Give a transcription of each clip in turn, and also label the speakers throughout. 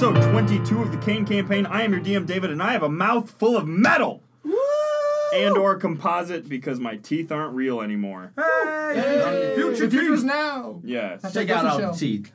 Speaker 1: 52 of the Kane campaign. I am your DM, David, and I have a mouthful of metal
Speaker 2: Woo!
Speaker 1: and or composite because my teeth aren't real anymore.
Speaker 2: Hey!
Speaker 3: Hey!
Speaker 2: Future
Speaker 3: The future's
Speaker 2: teeth.
Speaker 3: now.
Speaker 1: Yes.
Speaker 2: Take
Speaker 3: Take
Speaker 2: out
Speaker 3: out
Speaker 2: the
Speaker 3: all
Speaker 2: shell.
Speaker 3: the teeth.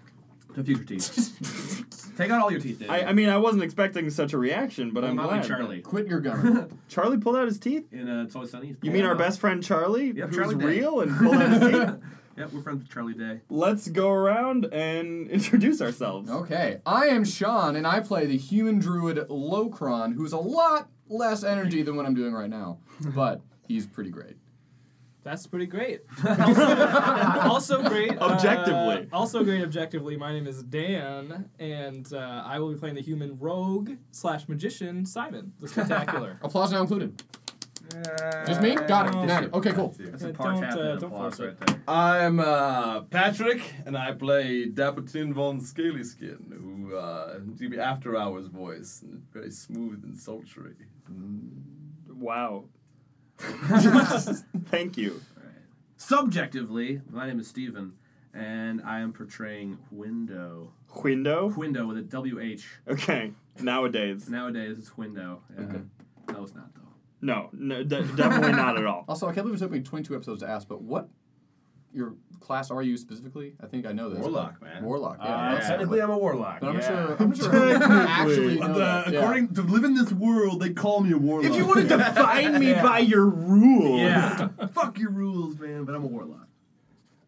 Speaker 3: The future teeth. Take out all your teeth, David.
Speaker 1: I, I mean, I wasn't expecting such a reaction, but I'm
Speaker 4: Not
Speaker 1: glad.
Speaker 4: with Charlie.
Speaker 3: Quit your gum.
Speaker 1: Charlie pulled out his teeth?
Speaker 4: In uh, It's Always Sunny.
Speaker 1: You mean our best friend Charlie,
Speaker 4: Yep,
Speaker 1: who's
Speaker 4: Charlie Day.
Speaker 1: real and pulled out his teeth?
Speaker 4: Yep, we're friends with Charlie Day.
Speaker 1: Let's go around and introduce ourselves.
Speaker 3: okay, I am Sean, and I play the human druid Locron, who's a lot less energy than what I'm doing right now, but he's pretty great.
Speaker 5: That's pretty great. also great. uh,
Speaker 1: Objectively.
Speaker 5: also great objectively. My name is Dan, and uh, I will be playing the human rogue slash magician Simon the Spectacular.
Speaker 3: Applause now included. Just me? Got
Speaker 6: Oh,
Speaker 3: it. Got it. Okay, cool.
Speaker 4: That's a
Speaker 5: Uh,
Speaker 4: part
Speaker 5: don't,
Speaker 4: happening
Speaker 5: uh, don't
Speaker 4: applause
Speaker 5: force
Speaker 4: right there.
Speaker 6: I'm uh, Patrick, and I play Dappertin von Scalyskin, who uh, do the after hours voice, and it's very smooth and sultry.
Speaker 1: Wow. Thank you.
Speaker 4: Subjectively, my name is Steven, and I am portraying Window.
Speaker 1: Window?
Speaker 4: Window with a W-H.
Speaker 1: Okay. Nowadays.
Speaker 4: Nowadays, it's Window. Yeah. No, it's not, though.
Speaker 1: No, no de- definitely not at all.
Speaker 3: Also, I can't believe it took me 22 episodes to ask, but what your class are you specifically? I think I know this.
Speaker 6: Warlock, man.
Speaker 3: Warlock. Yeah.
Speaker 6: Uh,
Speaker 3: that's-
Speaker 6: technically, I'm a warlock.
Speaker 3: But I'm
Speaker 6: yeah.
Speaker 3: sure. I'm sure. I actually, know
Speaker 6: Uh,
Speaker 3: that. Yeah.
Speaker 6: according to live in this world, they call me a warlock.
Speaker 1: If you want to define me by your rules,
Speaker 4: Fuck your rules, man, but I'm a warlock.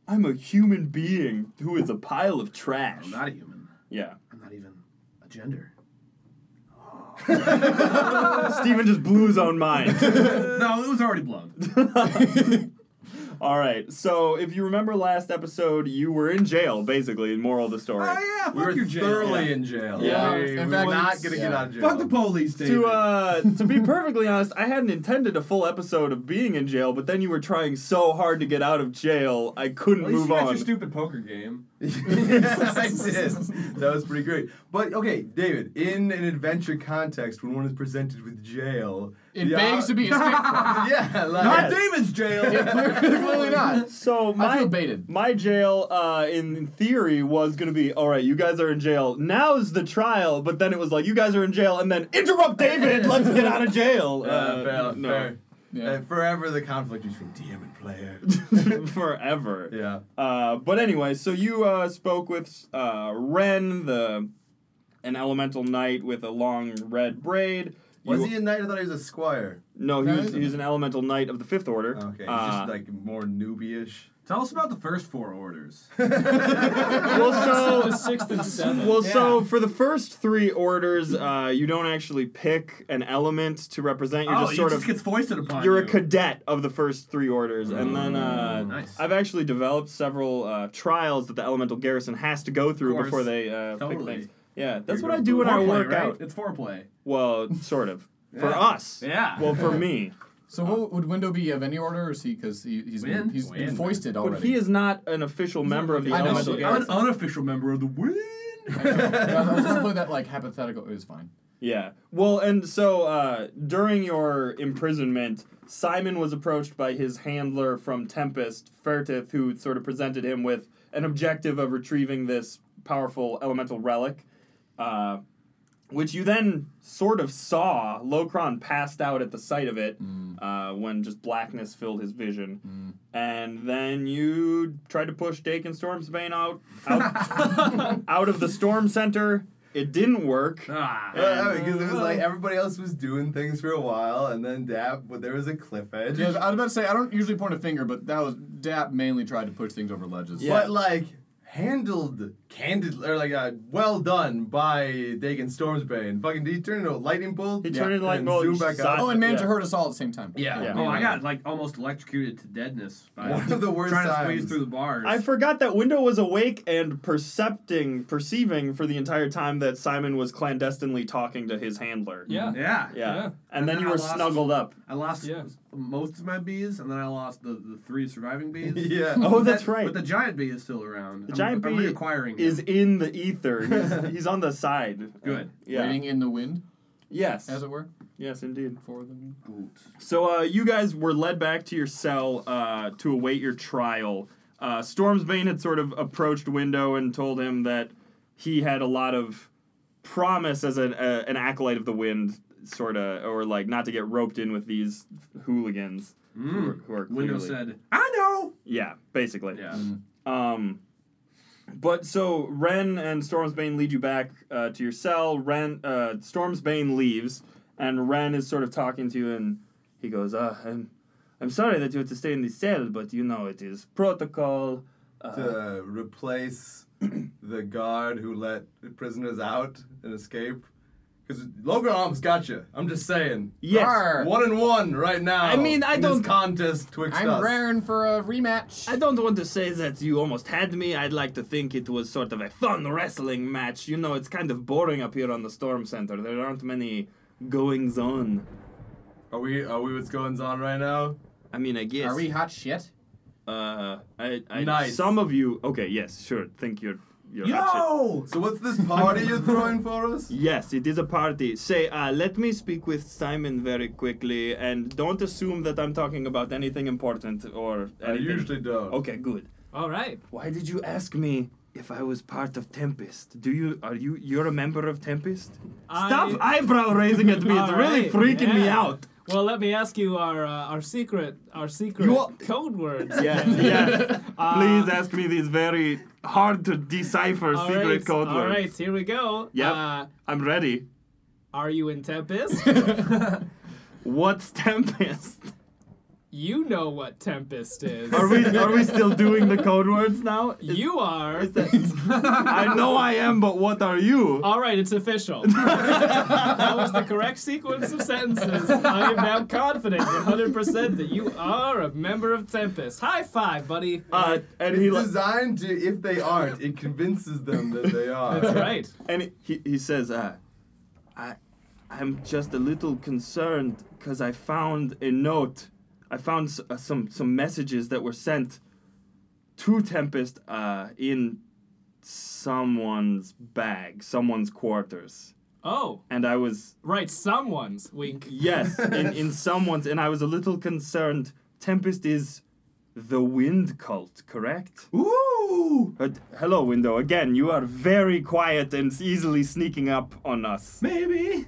Speaker 1: I'm a human being who is a pile of trash.
Speaker 4: I'm not a human.
Speaker 1: yeah.
Speaker 4: I'm not even a gender.
Speaker 1: Steven just blew his own mind.
Speaker 4: no, it was already blown.
Speaker 1: All right. So, if you remember last episode, you were in jail, basically, in moral of the story.
Speaker 6: Oh,
Speaker 4: yeah, fuck
Speaker 6: we were
Speaker 4: your jail.
Speaker 6: thoroughly in jail.
Speaker 3: Yeah.
Speaker 6: We
Speaker 3: In
Speaker 6: were
Speaker 3: fact,
Speaker 6: not gonna get out of jail.
Speaker 4: Fuck the police, David.
Speaker 1: to uh to be perfectly honest, I hadn't intended a full episode of being in jail, but then you were trying so hard to get out of jail, I couldn't
Speaker 6: At least
Speaker 1: move
Speaker 6: you got
Speaker 1: on.
Speaker 6: your stupid poker game. yes, I did. That was pretty great. But okay, David, in an adventure context, when one is presented with jail,
Speaker 3: it
Speaker 6: the
Speaker 3: begs
Speaker 6: o-
Speaker 3: to be escaped.
Speaker 6: yeah, like,
Speaker 3: Not
Speaker 6: David's jail.
Speaker 3: Clearly not.
Speaker 1: so
Speaker 3: I
Speaker 1: my
Speaker 3: feel baited.
Speaker 1: my jail uh, in theory was gonna be all right. You guys are in jail. Now's the trial, but then it was like you guys are in jail, and then interrupt David. let's get out of jail.
Speaker 6: Uh, fair,
Speaker 1: no,
Speaker 6: fair.
Speaker 3: Yeah.
Speaker 6: Uh, forever the conflict between DM and player.
Speaker 1: forever.
Speaker 6: yeah.
Speaker 1: Uh, but anyway, so you uh, spoke with uh, Ren, the an elemental knight with a long red braid. You-
Speaker 6: Was he a knight? I thought he was a squire.
Speaker 1: No, he
Speaker 3: No,
Speaker 1: was,
Speaker 3: he's
Speaker 1: he was an elemental knight of the fifth order.
Speaker 6: Okay, he's
Speaker 1: Uh,
Speaker 6: just like more newbie-ish.
Speaker 4: Tell us about the first four orders.
Speaker 1: well,
Speaker 5: the
Speaker 1: so
Speaker 5: sixth and seventh.
Speaker 1: well, so for the first three orders, uh, you don't actually pick an element to represent. You're
Speaker 4: oh,
Speaker 1: just
Speaker 4: it
Speaker 1: sort
Speaker 4: just
Speaker 1: of
Speaker 4: gets foisted upon
Speaker 1: you're
Speaker 4: you. Mm,
Speaker 1: a cadet of the first three orders, and then uh,
Speaker 4: nice.
Speaker 1: I've actually developed several uh, trials that the elemental garrison has to go through
Speaker 4: course.
Speaker 1: before they uh, pick
Speaker 4: Totally.
Speaker 1: things. Yeah, that's
Speaker 6: You're
Speaker 1: what I
Speaker 6: gonna
Speaker 1: do when I
Speaker 4: Foreplay,
Speaker 1: work
Speaker 4: right?
Speaker 1: out.
Speaker 4: It's foreplay.
Speaker 1: Well, sort of. For
Speaker 4: Yeah.
Speaker 1: us.
Speaker 4: Yeah.
Speaker 1: Well, for me.
Speaker 3: So what, would Window be of any order, or is he because he, he's been,
Speaker 4: Win?
Speaker 3: he's been
Speaker 4: Win.
Speaker 3: foisted already?
Speaker 1: But he is not an official member of the
Speaker 3: I know.
Speaker 1: elemental
Speaker 3: I'm
Speaker 4: I'm
Speaker 1: garrison.
Speaker 4: an unofficial member of the Wind.
Speaker 3: Yeah, I was just playing that like hypothetical. It was fine.
Speaker 1: Yeah. Well, and so uh, during your imprisonment, Simon was approached by his handler from Tempest, Fertith, who sort of presented him with an objective of retrieving this powerful elemental relic, uh, which you then sort of saw. Locron passed out at the sight of it uh, when just blackness filled his vision. And then you tried to push Dake and Stormsbane out, out, out of the storm center. It didn't work.
Speaker 4: Ah.
Speaker 6: Yeah, because it was like everybody else was doing things for a while, and then Dap, but there was a cliff edge.
Speaker 3: Yeah, I was about to say I don't usually point a finger, but that was Dap mainly tried to push things over ledges.
Speaker 6: But like handled candidly, or like uh, well done by Dagon Stormsbane. Fucking, did he turn into a lightning bolt?
Speaker 1: He turned into
Speaker 6: And
Speaker 1: lightning
Speaker 6: then
Speaker 1: bolt
Speaker 6: Zoom
Speaker 1: and
Speaker 6: back
Speaker 1: shot-
Speaker 6: up.
Speaker 3: Oh, and managed to
Speaker 1: Yeah.
Speaker 3: hurt us all at the same time.
Speaker 6: Yeah.
Speaker 1: Yeah.
Speaker 4: Oh, I got like almost electrocuted to deadness. By
Speaker 6: One of the worst
Speaker 4: Trying to
Speaker 6: times.
Speaker 4: squeeze through the bars.
Speaker 1: I forgot that Window was awake and percepting, perceiving for the entire time that Simon was clandestinely talking to his handler.
Speaker 5: yeah.
Speaker 4: yeah.
Speaker 1: Yeah.
Speaker 5: Yeah.
Speaker 1: And then
Speaker 4: And
Speaker 1: you
Speaker 4: I
Speaker 1: were
Speaker 4: lost-
Speaker 1: snuggled up.
Speaker 4: I lost
Speaker 5: Yeah.
Speaker 4: most of my bees, and then I lost the, the three surviving bees.
Speaker 6: Yeah.
Speaker 1: Oh,
Speaker 4: But
Speaker 1: that's
Speaker 4: that-
Speaker 1: right.
Speaker 4: But the giant bee is still around.
Speaker 1: The giant
Speaker 4: I'm,
Speaker 1: bee
Speaker 4: I'm reacquiring
Speaker 1: Is
Speaker 4: him.
Speaker 1: in the ether. He's, he's on the side.
Speaker 4: Good.
Speaker 1: Yeah.
Speaker 3: Waiting in the wind,
Speaker 1: Yes.
Speaker 3: as it were,
Speaker 1: Yes, indeed.
Speaker 3: for the wind.
Speaker 1: So uh, you guys were led back to your cell uh, to await your trial. Uh, Stormsbane had sort of approached Window and told him that he had a lot of promise as an uh, an acolyte of the wind, sort of, or like not to get roped in with these hooligans who, are,
Speaker 4: Mm.
Speaker 1: who are
Speaker 4: Window
Speaker 1: clearly-
Speaker 4: said, "I know."
Speaker 1: yeah, basically.
Speaker 4: Yeah.
Speaker 1: Um, but so Ren and Stormsbane lead you back uh, to your cell. Ren, uh, Stormsbane leaves, and Ren is sort of talking to you, and he goes, uh, "I'm, I'm sorry that you had to stay in the cell, but you know it is protocol." Uh,
Speaker 6: to replace the guard who let prisoners out and escape. Because Logan Arms got you. I'm just saying.
Speaker 1: yes.
Speaker 3: Arr.
Speaker 6: One and one right now.
Speaker 1: I mean, I
Speaker 6: in
Speaker 1: don't-
Speaker 6: This contest twixt
Speaker 3: I'm
Speaker 6: us.
Speaker 3: raring for a rematch.
Speaker 1: I don't want to say that you almost had me. I'd like to think it was sort of a fun wrestling match. You know, it's kind of boring up here on the Storm Center. There aren't many goings on.
Speaker 6: Are we? Are we? What's going on right now?
Speaker 1: I mean, I guess.
Speaker 3: Are we hot shit?
Speaker 1: Uh, I, I
Speaker 6: Nice.
Speaker 1: Some of you. Okay, yes, sure. Think you're. you're actually-
Speaker 4: Yo.
Speaker 6: So what's this party you're throwing for us?
Speaker 1: Yes, it is a party. Say, uh, let me speak with Simon very quickly, and don't assume that I'm talking about anything important or anything.
Speaker 6: I usually don't.
Speaker 1: Okay, good.
Speaker 5: All right.
Speaker 1: Why did you ask me if I was part of Tempest? Do you are you you're a member of Tempest?
Speaker 5: I-
Speaker 1: Stop eyebrow raising at me. It's
Speaker 5: All
Speaker 1: really
Speaker 5: right,
Speaker 1: freaking me
Speaker 5: yeah.
Speaker 1: out.
Speaker 5: Well, let me ask you our uh, our secret our secret
Speaker 1: You all-
Speaker 5: code words.
Speaker 1: Yes, yes.
Speaker 5: Uh,
Speaker 1: Please ask me these very hard to decipher
Speaker 5: All
Speaker 1: secret
Speaker 5: right,
Speaker 1: code
Speaker 5: All
Speaker 1: words.
Speaker 5: right, here we go.
Speaker 1: Yep.
Speaker 5: Uh,
Speaker 1: I'm ready.
Speaker 5: are you in Tempest?
Speaker 1: What's Tempest?
Speaker 5: you know what Tempest is.
Speaker 1: Are we are we still doing the code words now? Is-
Speaker 5: you are.
Speaker 1: is that- I know I am, but what are you?
Speaker 5: All right, it's official. that was the correct sequence of sentences. I am now confident 100% that you are a member of Tempest. High five, buddy.
Speaker 1: Uh, and he
Speaker 6: It's
Speaker 1: li-
Speaker 6: designed to, if they aren't, it convinces them that they are.
Speaker 5: That's right.
Speaker 1: and he, he says, uh, I I'm just a little concerned because I found a note. I found s- uh, some some messages that were sent to Tempest uh, in someone's bag, someone's quarters,
Speaker 5: Oh,
Speaker 1: and I was
Speaker 5: right, someone's wink.
Speaker 1: Yes, in, in someone's, and I was a little concerned. Tempest is the wind cult, correct?
Speaker 4: Ooh.
Speaker 1: But hello, Window. Again, you are very quiet and easily sneaking up on us.
Speaker 4: Maybe.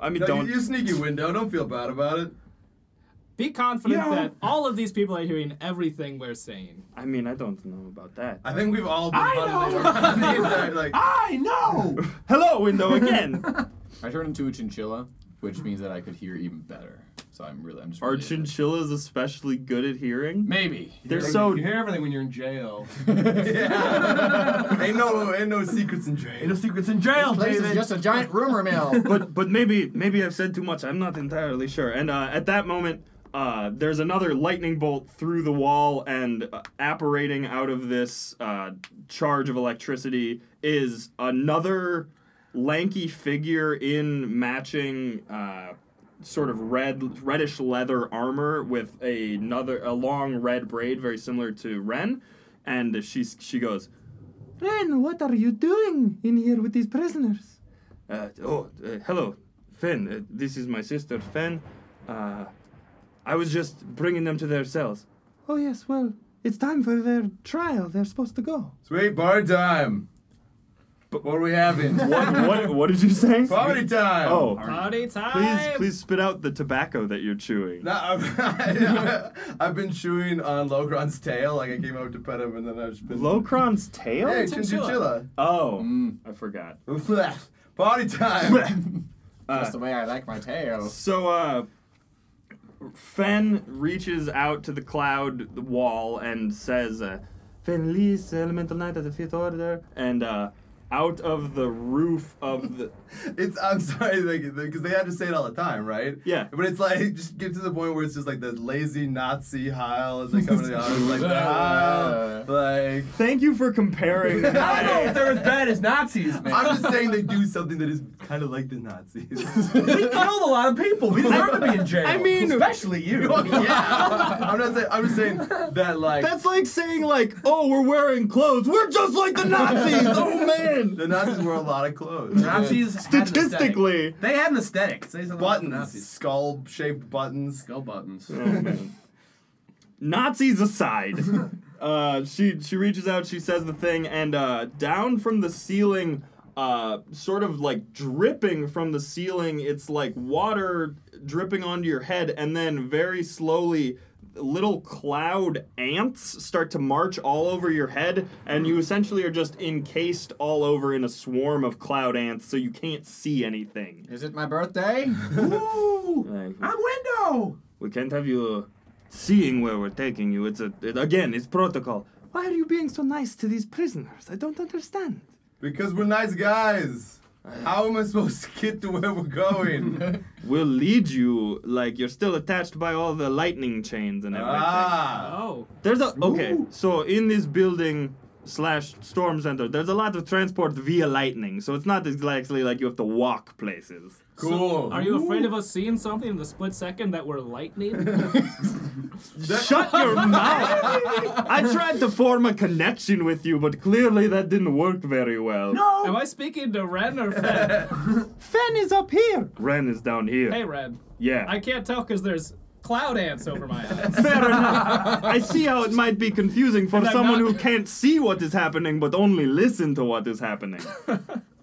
Speaker 1: I mean,
Speaker 6: No,
Speaker 1: don't.
Speaker 6: You, you sneaky window. Don't feel bad about it.
Speaker 5: Be confident
Speaker 4: Yeah.
Speaker 5: that all of these people are hearing everything we're saying.
Speaker 1: I mean, I don't know about that.
Speaker 6: I think we've all been
Speaker 4: I
Speaker 6: huddled
Speaker 4: know.
Speaker 6: around the entire, like,
Speaker 4: I know.
Speaker 1: Hello, Window again.
Speaker 3: I turned into a chinchilla, which means that I could hear even better. So I'm really, I'm just.
Speaker 1: are
Speaker 3: really-
Speaker 1: chinchillas especially good at hearing?
Speaker 3: Maybe.
Speaker 1: They're
Speaker 4: You
Speaker 1: so.
Speaker 4: can hear everything when you're in jail.
Speaker 6: Yeah. ain't no ain't no secrets in
Speaker 4: Ain't no
Speaker 6: jail.
Speaker 4: secrets in jail,
Speaker 3: This place is
Speaker 4: David.
Speaker 3: just a giant rumor mill.
Speaker 1: But but maybe maybe I've said too much. I'm not entirely sure. And uh, at that moment, uh, there's another lightning bolt through the wall, and uh, apparating out of this uh, charge of electricity is another lanky figure in matching. Uh, sort of red reddish leather armor with a- another a long red braid very similar to Ren and she she goes Ren what are you doing in here with these prisoners uh, oh, uh, hello, Fen. Uh, this is my sister, Fen. Uh, I was just bringing them to their cells. Oh, yes, well, it's time for their trial. They're supposed to go.
Speaker 6: Sweet bar time. But what are we having?
Speaker 1: What, what, what did you say?
Speaker 6: Party time.
Speaker 1: Oh,
Speaker 5: Party time!
Speaker 1: please, please spit out the tobacco that you're chewing.
Speaker 6: No, I've, I've been chewing on Logron's tail. Like I came up to pet him, and then I've just been.
Speaker 1: Locron's tail?
Speaker 6: Hey,
Speaker 5: Chinchilla.
Speaker 6: chinchilla.
Speaker 1: Oh, I forgot.
Speaker 6: Party time.
Speaker 3: That's the way I like my tail.
Speaker 1: So, uh, Fen reaches out to the cloud wall and says, uh, Fen Lys, Elemental Knight of the Fifth Order. And, uh, out of the roof of the.
Speaker 6: It's I'm sorry because they, 'cause they have to say it all the time, right?
Speaker 1: Yeah.
Speaker 6: But it's like just get to the point where it's just like the lazy Nazi Heil as they come to the office, like Heil, like.
Speaker 1: Thank you for comparing.
Speaker 4: I don't know if they're as bad as Nazis, man.
Speaker 6: I'm just saying they do something that is kind of like the Nazis.
Speaker 4: we killed a lot of people. We deserve to be in jail.
Speaker 1: I mean-
Speaker 4: especially you.
Speaker 6: yeah. I'm not saying. I'm just saying that like
Speaker 1: That's like saying like, oh, we're wearing clothes. We're just like the Nazis. oh man.
Speaker 6: the Nazis wear a lot of clothes.
Speaker 4: Nazis had an aesthetic.
Speaker 1: Statistically.
Speaker 4: they had an aesthetic. Say something about the
Speaker 6: buttons,
Speaker 4: Nazis.
Speaker 6: skull shaped buttons.
Speaker 4: Skull buttons.
Speaker 1: Nazis aside, uh, she she reaches out. She says the thing, and uh, down from the ceiling. uh, sort of like dripping from the ceiling. It's like water dripping onto your head, and then very slowly, little cloud ants start to march all over your head, and you essentially are just encased all over in a swarm of cloud ants, so you can't see anything.
Speaker 3: Is it my birthday?
Speaker 4: Ooh, I'm window.
Speaker 1: We can't have you seeing where we're taking you. It's a it, again, it's protocol. Why are you being so nice to these prisoners? I don't understand.
Speaker 6: Because we're nice guys. How am I supposed to get to where we're going?
Speaker 1: We'll lead you like you're still attached by all the lightning chains and everything.
Speaker 6: ah.
Speaker 5: Oh,
Speaker 1: There's a okay.
Speaker 6: Ooh.
Speaker 1: So in this building slash storm center, there's a lot of transport via lightning. So it's not exactly like you have to walk places.
Speaker 6: Cool.
Speaker 5: are you afraid of us seeing something in the split second that we're lightning?
Speaker 1: Shut your mouth! I tried to form a connection with you, but clearly that didn't work very well.
Speaker 5: Am I speaking to Ren or Fen?
Speaker 1: Fen is up here. Ren is down here.
Speaker 5: hey, Ren.
Speaker 1: yeah.
Speaker 5: I can't tell because there's cloud ants over my eyes.
Speaker 1: Fair enough. I see how it might be confusing for
Speaker 5: And I'm
Speaker 1: someone
Speaker 5: not-
Speaker 1: who can't see what is happening but only listen to what is happening.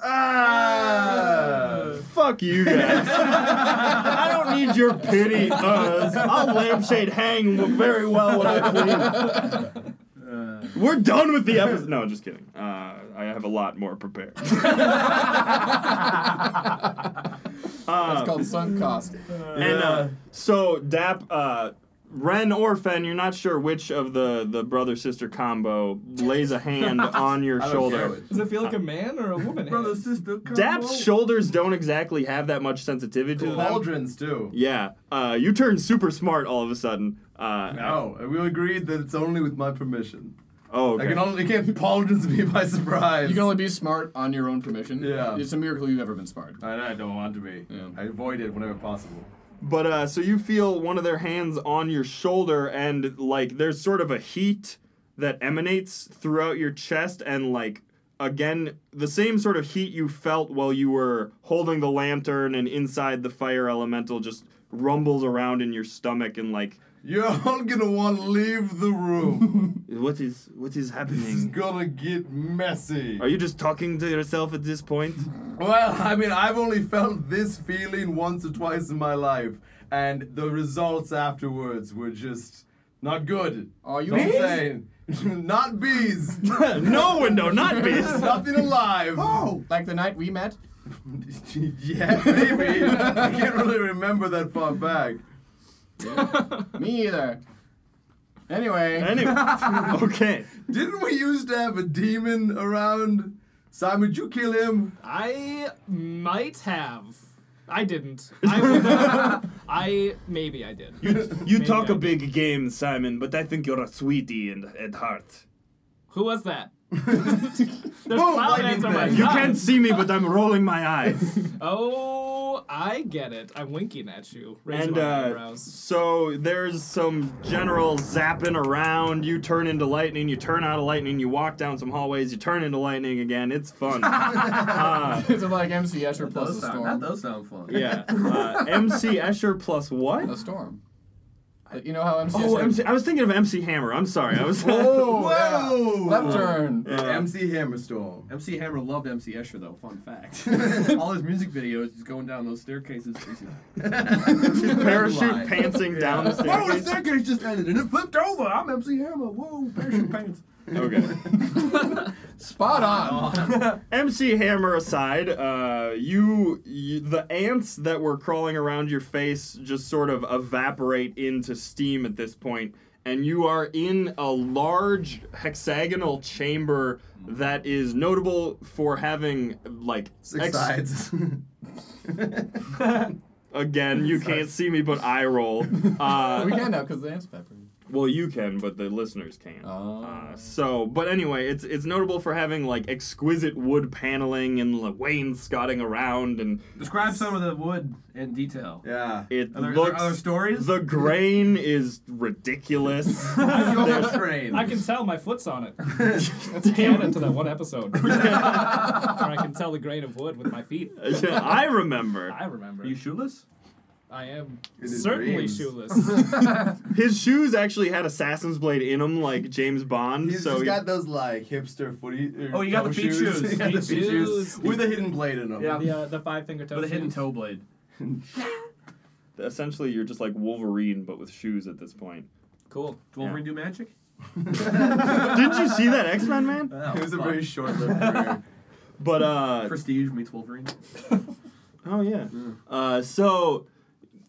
Speaker 6: Ah.
Speaker 1: Fuck you guys. I don't need your pity. Uh, I'll lampshade hang very well when I please. We're done with the episode. No, just kidding. Uh, I have a lot more prepared.
Speaker 3: It's called sunk cost.
Speaker 1: And uh, so Dap, uh, Ren or Fen, you're not sure which of the the brother sister combo lays a hand on your
Speaker 6: I don't care
Speaker 1: shoulder.
Speaker 6: what-
Speaker 5: Does it feel like a man or a woman?
Speaker 6: Brother, sister, come
Speaker 1: Dap's
Speaker 6: on.
Speaker 1: shoulders don't exactly have that much sensitivity to them.
Speaker 6: Cauldrons, too.
Speaker 1: Yeah, uh, you turn super smart all of a sudden. Uh,
Speaker 6: No, and we agreed that it's only with my permission.
Speaker 1: Oh,
Speaker 6: I
Speaker 1: okay.
Speaker 6: can only, it can't pauldrons me by surprise.
Speaker 3: You can only be smart on your own permission.
Speaker 6: Yeah.
Speaker 3: It's a miracle you've ever been smart.
Speaker 6: I, I don't want to be.
Speaker 3: Yeah.
Speaker 6: I avoid it whenever possible.
Speaker 1: But uh, so you feel one of their hands on your shoulder, and like there's sort of a heat that emanates throughout your chest, and like again, the same sort of heat you felt while you were holding the lantern and inside the fire elemental just rumbles around in your stomach, and like
Speaker 6: You're all gonna want to leave the room.
Speaker 1: what is what is
Speaker 6: this is
Speaker 1: happening?
Speaker 6: gonna get messy.
Speaker 1: Are you just talking to yourself at this point?
Speaker 6: Well, I mean, I've only felt this feeling once or twice in my life, and the results afterwards were just not good.
Speaker 3: Are you
Speaker 6: Not
Speaker 3: bees?
Speaker 6: insane. not bees.
Speaker 1: no window, not beast.
Speaker 6: Nothing alive.
Speaker 4: Oh!
Speaker 3: Like the night we met?
Speaker 6: yeah, maybe. I can't really remember that far back.
Speaker 3: Me either. Anyway.
Speaker 1: Anyway, okay.
Speaker 6: Didn't we used to have a demon around? Simon, did you kill him?
Speaker 5: I might have. I didn't. I, would- I maybe I did.
Speaker 1: You
Speaker 5: Maybe
Speaker 1: talk
Speaker 5: I
Speaker 1: a big game, Simon, but I think you're a sweetie and at heart.
Speaker 5: Who was that? There's
Speaker 6: Boom,
Speaker 5: cloud
Speaker 6: lightning
Speaker 5: ants on my
Speaker 6: thing.
Speaker 5: eyes.
Speaker 1: You can't see me, but I'm rolling my eyes.
Speaker 5: Oh, I get it. I'm winking at you. Raising
Speaker 1: and
Speaker 5: my
Speaker 1: uh,
Speaker 5: eyebrows.
Speaker 1: so there's some general zapping around. You turn into lightning, you turn out of lightning, you walk down some hallways, you turn into lightning again. It's fun. uh,
Speaker 3: it's like MC Escher plus
Speaker 4: Those
Speaker 3: a
Speaker 4: sound, that
Speaker 3: storm.
Speaker 4: does sound fun.
Speaker 1: yeah. Uh, MC Escher plus
Speaker 3: A
Speaker 1: what?
Speaker 3: storm. You know how MC
Speaker 1: Oh,
Speaker 3: Escher.
Speaker 1: MC, I was thinking of MC Hammer. I'm sorry. I was.
Speaker 3: Oh, yeah.
Speaker 6: Whoa!
Speaker 3: Left turn.
Speaker 1: Yeah.
Speaker 6: MC Hammerstorm.
Speaker 4: MC Hammer loved MC Escher though. Fun fact. All his music videos, he's going down those staircases. He's
Speaker 1: parachute
Speaker 4: Lie.
Speaker 1: pantsing down the
Speaker 6: Whoa, Oh, the
Speaker 1: staircase.
Speaker 6: staircase just ended and it flipped over. I'm MC Hammer. Whoa, parachute pants.
Speaker 1: Okay.
Speaker 3: Spot on.
Speaker 1: MC Hammer aside, uh, you, you the ants that were crawling around your face just sort of evaporate into steam at this point, and you are in a large hexagonal chamber that is notable for having like
Speaker 6: Six
Speaker 1: ex-
Speaker 6: sides.
Speaker 1: Again, you can't see me, but I roll.
Speaker 4: Oh.
Speaker 3: we
Speaker 1: Uh,
Speaker 3: can now because the ants pepper.
Speaker 1: well, you can, but the listeners can't.
Speaker 3: Oh.
Speaker 1: Uh, so, but anyway, it's it's notable for having like exquisite wood paneling and like, wainscoting around, and
Speaker 4: Describe some of the wood in detail.
Speaker 6: yeah.
Speaker 1: it
Speaker 4: Are there, are there
Speaker 1: looks
Speaker 4: other stories?
Speaker 1: The grain is ridiculous.
Speaker 6: Go
Speaker 1: uh,
Speaker 6: train.
Speaker 5: I can tell my foot's on it. That's canon to that one episode. Or I can tell the grain of wood with my feet.
Speaker 1: I remember.
Speaker 5: I remember.
Speaker 4: Are you shoeless?
Speaker 5: I am
Speaker 6: In his
Speaker 5: certainly
Speaker 6: dreams.
Speaker 5: shoeless.
Speaker 1: His shoes actually had Assassin's Blade in them, like James Bond.
Speaker 6: He's
Speaker 1: so
Speaker 6: just
Speaker 1: he-
Speaker 6: got those like hipster footy. er,
Speaker 2: Oh, you got
Speaker 6: toe
Speaker 2: the feet shoes.
Speaker 6: You got the
Speaker 5: Feet
Speaker 6: feet shoes
Speaker 5: shoes.
Speaker 6: with a hidden blade in them.
Speaker 2: Yeah.
Speaker 5: the, uh, the five finger toe.
Speaker 2: With a hidden
Speaker 5: shoes.
Speaker 2: toe blade.
Speaker 1: essentially you're just like Wolverine, but with shoes at this point.
Speaker 5: Cool.
Speaker 4: Wolverine do magic?
Speaker 1: Did you see that X Men man?
Speaker 4: Oh,
Speaker 6: It was a
Speaker 4: fuck.
Speaker 6: very short-lived career.
Speaker 1: But uh,
Speaker 4: Prestige meets Wolverine.
Speaker 1: Oh yeah. Uh, so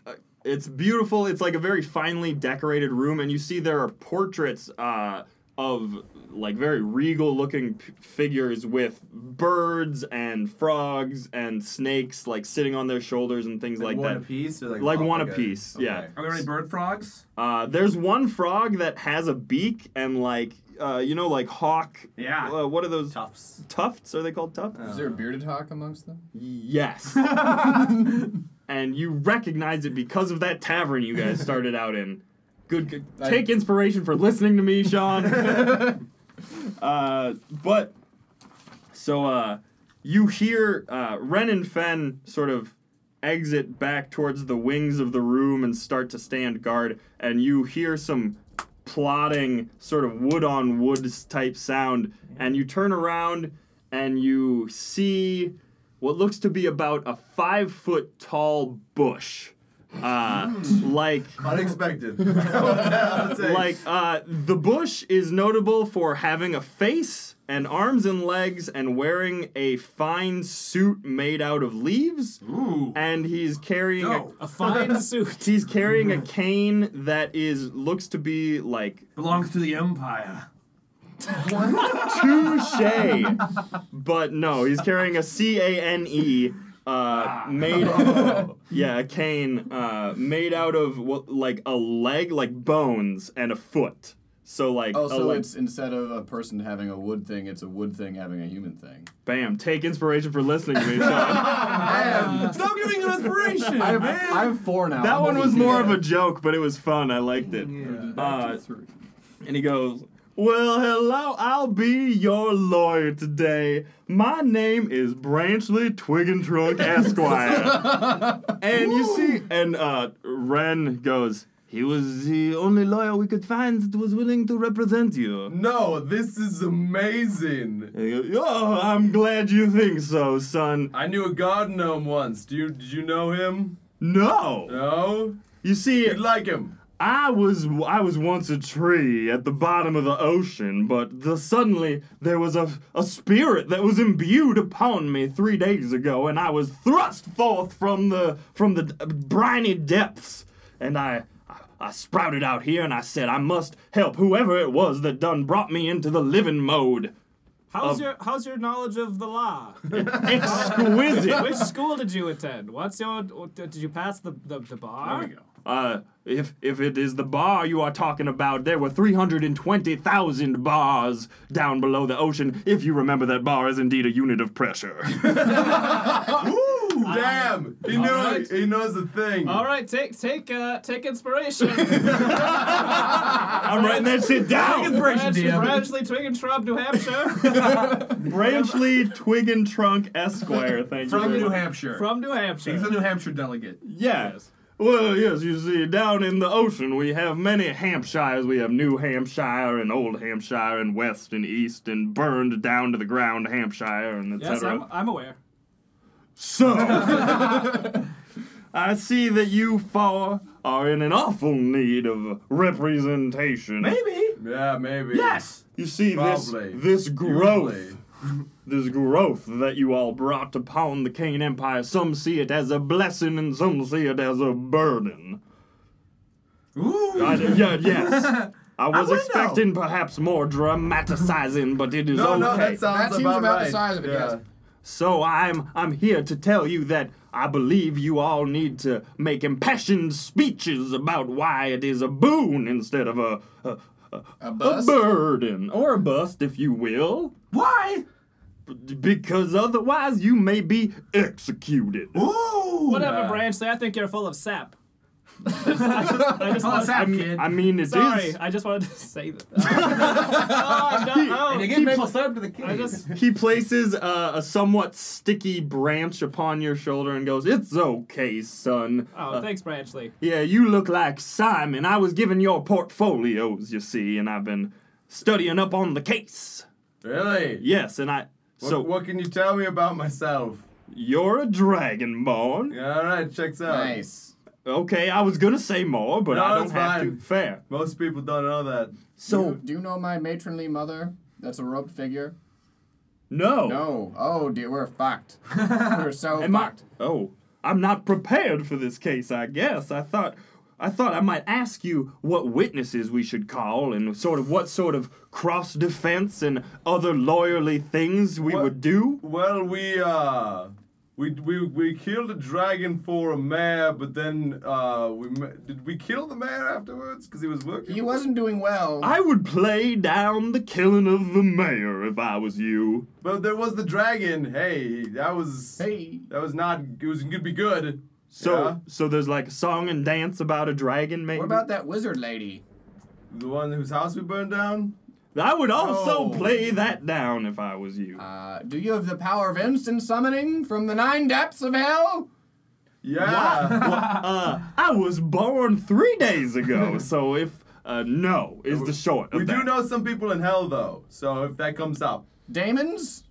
Speaker 1: uh, it's beautiful. It's like a very finely decorated room, and you see there are portraits uh, of like very regal-looking p- figures with birds and frogs and snakes like sitting on their shoulders and things like,
Speaker 2: one
Speaker 1: that.
Speaker 2: piece or like,
Speaker 1: Like
Speaker 6: Oh,
Speaker 1: one
Speaker 6: okay.
Speaker 1: apiece, yeah.
Speaker 6: Okay.
Speaker 4: Are there any bird frogs?
Speaker 1: Uh, there's one frog that has a beak and like uh, you know like hawk.
Speaker 4: Yeah. Uh,
Speaker 1: Uh, what are those
Speaker 2: tufts.
Speaker 1: tufts? Are they called tufts?
Speaker 3: Is there a bearded hawk amongst them?
Speaker 1: Yes. and you recognize it because of that tavern you guys started out in. Good. good.
Speaker 3: I-
Speaker 1: Take inspiration for listening to me, Sean. uh, but so uh, you hear uh, Ren and Fen sort of exit back towards the wings of the room and start to stand guard, and you hear some plodding sort of wood on wood type sound, and you turn around and you see what looks to be about a five foot tall bush. Uh, like
Speaker 6: Unexpected. I would say.
Speaker 1: like uh, the bush is notable for having a face and arms and legs and wearing a fine suit made out of leaves
Speaker 4: Ooh.
Speaker 1: and he's carrying
Speaker 4: No.
Speaker 5: A fine suit.
Speaker 1: a, he's carrying a cane that is looks to be like
Speaker 4: Belongs to the Empire.
Speaker 1: touche but no he's carrying a c-a-n-e uh, made yeah a cane uh, made out of what, like a leg like bones and a foot so like
Speaker 3: Oh,
Speaker 1: a
Speaker 3: so
Speaker 1: leg-
Speaker 3: it's instead of a person having a wood thing, it's a wood thing having a human thing.
Speaker 1: Bam. Take inspiration for listening to me, Sean.
Speaker 6: Stop giving him inspiration,
Speaker 3: I have,
Speaker 6: man.
Speaker 3: I have four now.
Speaker 1: that
Speaker 3: I'm
Speaker 1: one
Speaker 3: only
Speaker 1: was more of
Speaker 3: two.
Speaker 1: a joke, but it was fun. I liked it. Uh,
Speaker 3: Three.
Speaker 1: and he goes, Well, hello, I'll be your lawyer today. My name is Branchley Twig and Trunk Esquire. and you see, and uh, Ren goes, He was the only lawyer we could find that was willing to represent you.
Speaker 6: no, this is amazing.
Speaker 1: And he goes, oh, I'm glad you think so, son.
Speaker 6: I knew a god gnome once. Do you did you know him?
Speaker 1: No.
Speaker 6: No.
Speaker 1: You see,
Speaker 6: You'd like him.
Speaker 1: I was I was once a tree at the bottom of the ocean, but the, suddenly there was a, a spirit that was imbued upon me three days ago, and I was thrust forth from the from the briny depths, and I I, I sprouted out here, and I said I must help whoever it was that done brought me into the living mode.
Speaker 5: How's
Speaker 1: Um,
Speaker 5: your How's your knowledge of the law? Which
Speaker 1: Exquisite.
Speaker 5: school did you attend? What's your Did you pass the the, the bar?
Speaker 4: There we go.
Speaker 1: Uh, if if it is the bar you are talking about, there were 320,000 bars down below the ocean. If you remember that bar is indeed a unit of pressure.
Speaker 6: Ooh, damn. He knew it.
Speaker 5: Alright.
Speaker 6: He knows the thing.
Speaker 5: All right, take take uh, take inspiration.
Speaker 1: I'm writing that shit down.
Speaker 2: Inspiration,
Speaker 5: Branchley,
Speaker 2: DM.
Speaker 5: Branchley, Twig and Shrub, New Hampshire,
Speaker 1: Branchley Twig and Trunk Esquire. Thank you.
Speaker 2: From
Speaker 1: very
Speaker 2: New
Speaker 1: much.
Speaker 2: Hampshire.
Speaker 5: from New Hampshire.
Speaker 2: He's a New Hampshire delegate.
Speaker 1: Yeah. Well, yes, you see, down in the ocean we have many Hampshires. We have New Hampshire and Old Hampshire and West and East and burned down to the ground Hampshire and etc.
Speaker 5: yes, I'm, I'm aware.
Speaker 1: So, I see that you four are in an awful need of representation.
Speaker 2: Maybe.
Speaker 6: Yeah, maybe.
Speaker 1: Yes. You see
Speaker 6: Probably.
Speaker 1: this this growth,
Speaker 6: Usually.
Speaker 1: this growth that you all brought upon the Kane Empire. Some see it as a blessing, and some see it as a burden.
Speaker 2: Ooh.
Speaker 1: I, yeah, yes. I
Speaker 2: wouldn't
Speaker 1: was
Speaker 2: know.
Speaker 1: expecting perhaps more dramatizing, but it is
Speaker 6: No,
Speaker 1: okay.
Speaker 6: no, that sounds
Speaker 3: That seems
Speaker 6: about,
Speaker 3: about the
Speaker 6: right.
Speaker 3: size of it,
Speaker 6: Yeah.
Speaker 3: yes.
Speaker 1: So I'm I'm here to tell you that I believe you all need to make impassioned speeches about why it is a boon instead of a a,
Speaker 3: A
Speaker 1: a
Speaker 3: bus?
Speaker 1: burden or a bust, if you will,
Speaker 2: Why?
Speaker 1: b- because otherwise you may be executed.
Speaker 2: Ooh.
Speaker 5: Whatever,
Speaker 6: Yeah.
Speaker 5: Branchley. I think you're full of sap. I just, I just
Speaker 4: Call us
Speaker 5: wanted-
Speaker 1: I,
Speaker 4: out,
Speaker 1: mean-
Speaker 4: kid.
Speaker 1: I mean, it is.
Speaker 5: Sorry, I just wanted to say that. oh, I'm not-
Speaker 4: and
Speaker 5: oh,
Speaker 4: again, people slap to the kid.
Speaker 5: I just
Speaker 1: He places uh, a somewhat sticky branch upon your shoulder and goes, "It's okay, son.
Speaker 5: oh,
Speaker 1: Uh,
Speaker 5: thanks, Branchley.
Speaker 1: yeah, you look like Simon. I was given your portfolios, you see, and I've been studying up on the case.
Speaker 6: Really?
Speaker 1: Yes, and I.
Speaker 6: What,
Speaker 1: so
Speaker 6: what can you tell me about myself?
Speaker 1: you're a dragonborn.
Speaker 6: All right, checks out.
Speaker 3: Nice.
Speaker 1: Okay, I was gonna say more, but
Speaker 6: No,
Speaker 1: I don't
Speaker 6: it's
Speaker 1: have to.
Speaker 6: fine.
Speaker 1: Fair.
Speaker 6: Most people don't know that.
Speaker 1: So
Speaker 3: do, do you know my matronly mother? That's a robed figure.
Speaker 1: no.
Speaker 3: No. Oh dear, we're fucked. we're so
Speaker 1: Am I?
Speaker 3: fucked.
Speaker 1: Oh, I'm not prepared for this case. I guess I thought. I thought I might ask you what witnesses we should call and sort of what sort of cross defense and other lawyerly things we
Speaker 6: What-
Speaker 1: would do.
Speaker 6: Well, we uh, we we we killed a dragon for a mare, but then uh, we ma- did we kill the mare afterwards because he was working.
Speaker 3: He wasn't doing well.
Speaker 1: I would play down the killing of the mayor if I was you.
Speaker 6: But there was the dragon. Hey, that was
Speaker 3: hey.
Speaker 6: that was not. It was gonna be good.
Speaker 1: So,
Speaker 6: Yeah.
Speaker 1: so there's like a song and dance about a dragon, maybe.
Speaker 3: What about that wizard lady?
Speaker 6: The one whose house we burned down.
Speaker 1: I would also
Speaker 3: Oh.
Speaker 1: play that down if I was you.
Speaker 3: Uh, do you have the power of instant summoning from the nine depths of hell?
Speaker 6: Yeah.
Speaker 1: uh, I was born three days ago, so if uh, no is the short of
Speaker 6: we
Speaker 1: that.
Speaker 6: do know some people in hell though, so if that comes up.
Speaker 3: Demons?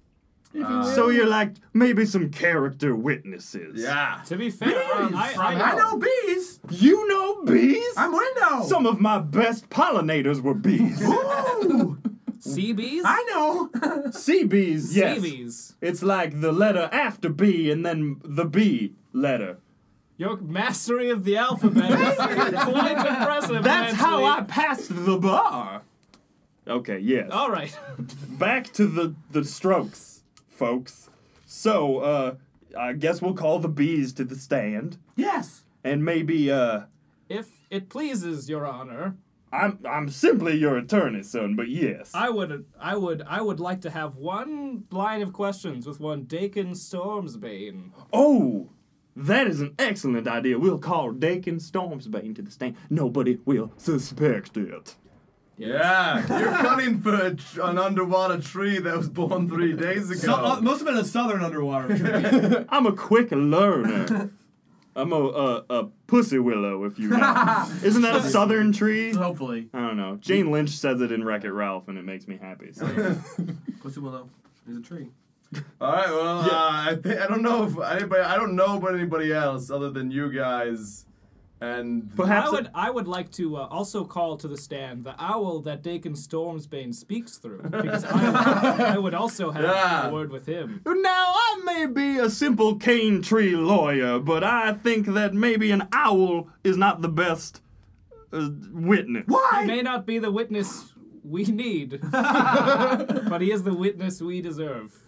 Speaker 1: So you're like maybe some character witnesses.
Speaker 6: Yeah.
Speaker 5: To be fair, um, I,
Speaker 3: from
Speaker 5: I,
Speaker 3: hell.
Speaker 4: I know bees.
Speaker 1: You know bees?
Speaker 4: I'm window.
Speaker 1: Some of my best pollinators were bees.
Speaker 4: Ooh,
Speaker 5: sea bees,
Speaker 4: I know.
Speaker 1: sea bees. Yes.
Speaker 5: sea bees.
Speaker 1: It's like the letter after B and then the B letter.
Speaker 5: Your mastery of the alphabet is quite impressive.
Speaker 1: That's how I
Speaker 5: Branchley.
Speaker 1: passed the bar. Okay, yes.
Speaker 5: All right.
Speaker 1: Back to the the strokes, folks. So, uh I guess we'll call the bees to the stand
Speaker 4: yes.
Speaker 1: and maybe uh
Speaker 5: If it pleases your honor,
Speaker 1: I'm I'm simply your attorney, son, but yes.
Speaker 5: I would I would I would like to have one line of questions with one Dakin Stormsbane.
Speaker 1: Oh, that is an excellent idea. We'll call Dakin Stormsbane to the stand. Nobody will suspect it.
Speaker 6: Yeah. You're cutting for a tr- an underwater tree that was born three days ago.
Speaker 2: So, uh, most of it is southern underwater.
Speaker 1: I'm a quick learner. I'm a, a, a pussy willow, if you know. Isn't that a southern tree?
Speaker 2: Hopefully.
Speaker 1: I don't know. Jane Lynch says it in Wreck It Ralph, and it makes me happy. So.
Speaker 4: Pussy willow is a tree.
Speaker 6: All right. Well, uh, I think I don't know if anybody. I don't know about anybody else other than you guys, and
Speaker 1: Perhaps
Speaker 5: I would I would like to uh, also call to the stand the owl that Dakin Stormsbane speaks through because I, I would also have
Speaker 6: Yeah.
Speaker 5: a word with him.
Speaker 1: Now, I may be a simple cane tree lawyer, but I think that maybe an owl is not the best uh, witness.
Speaker 5: He may not be the witness we need, but he is the witness we deserve.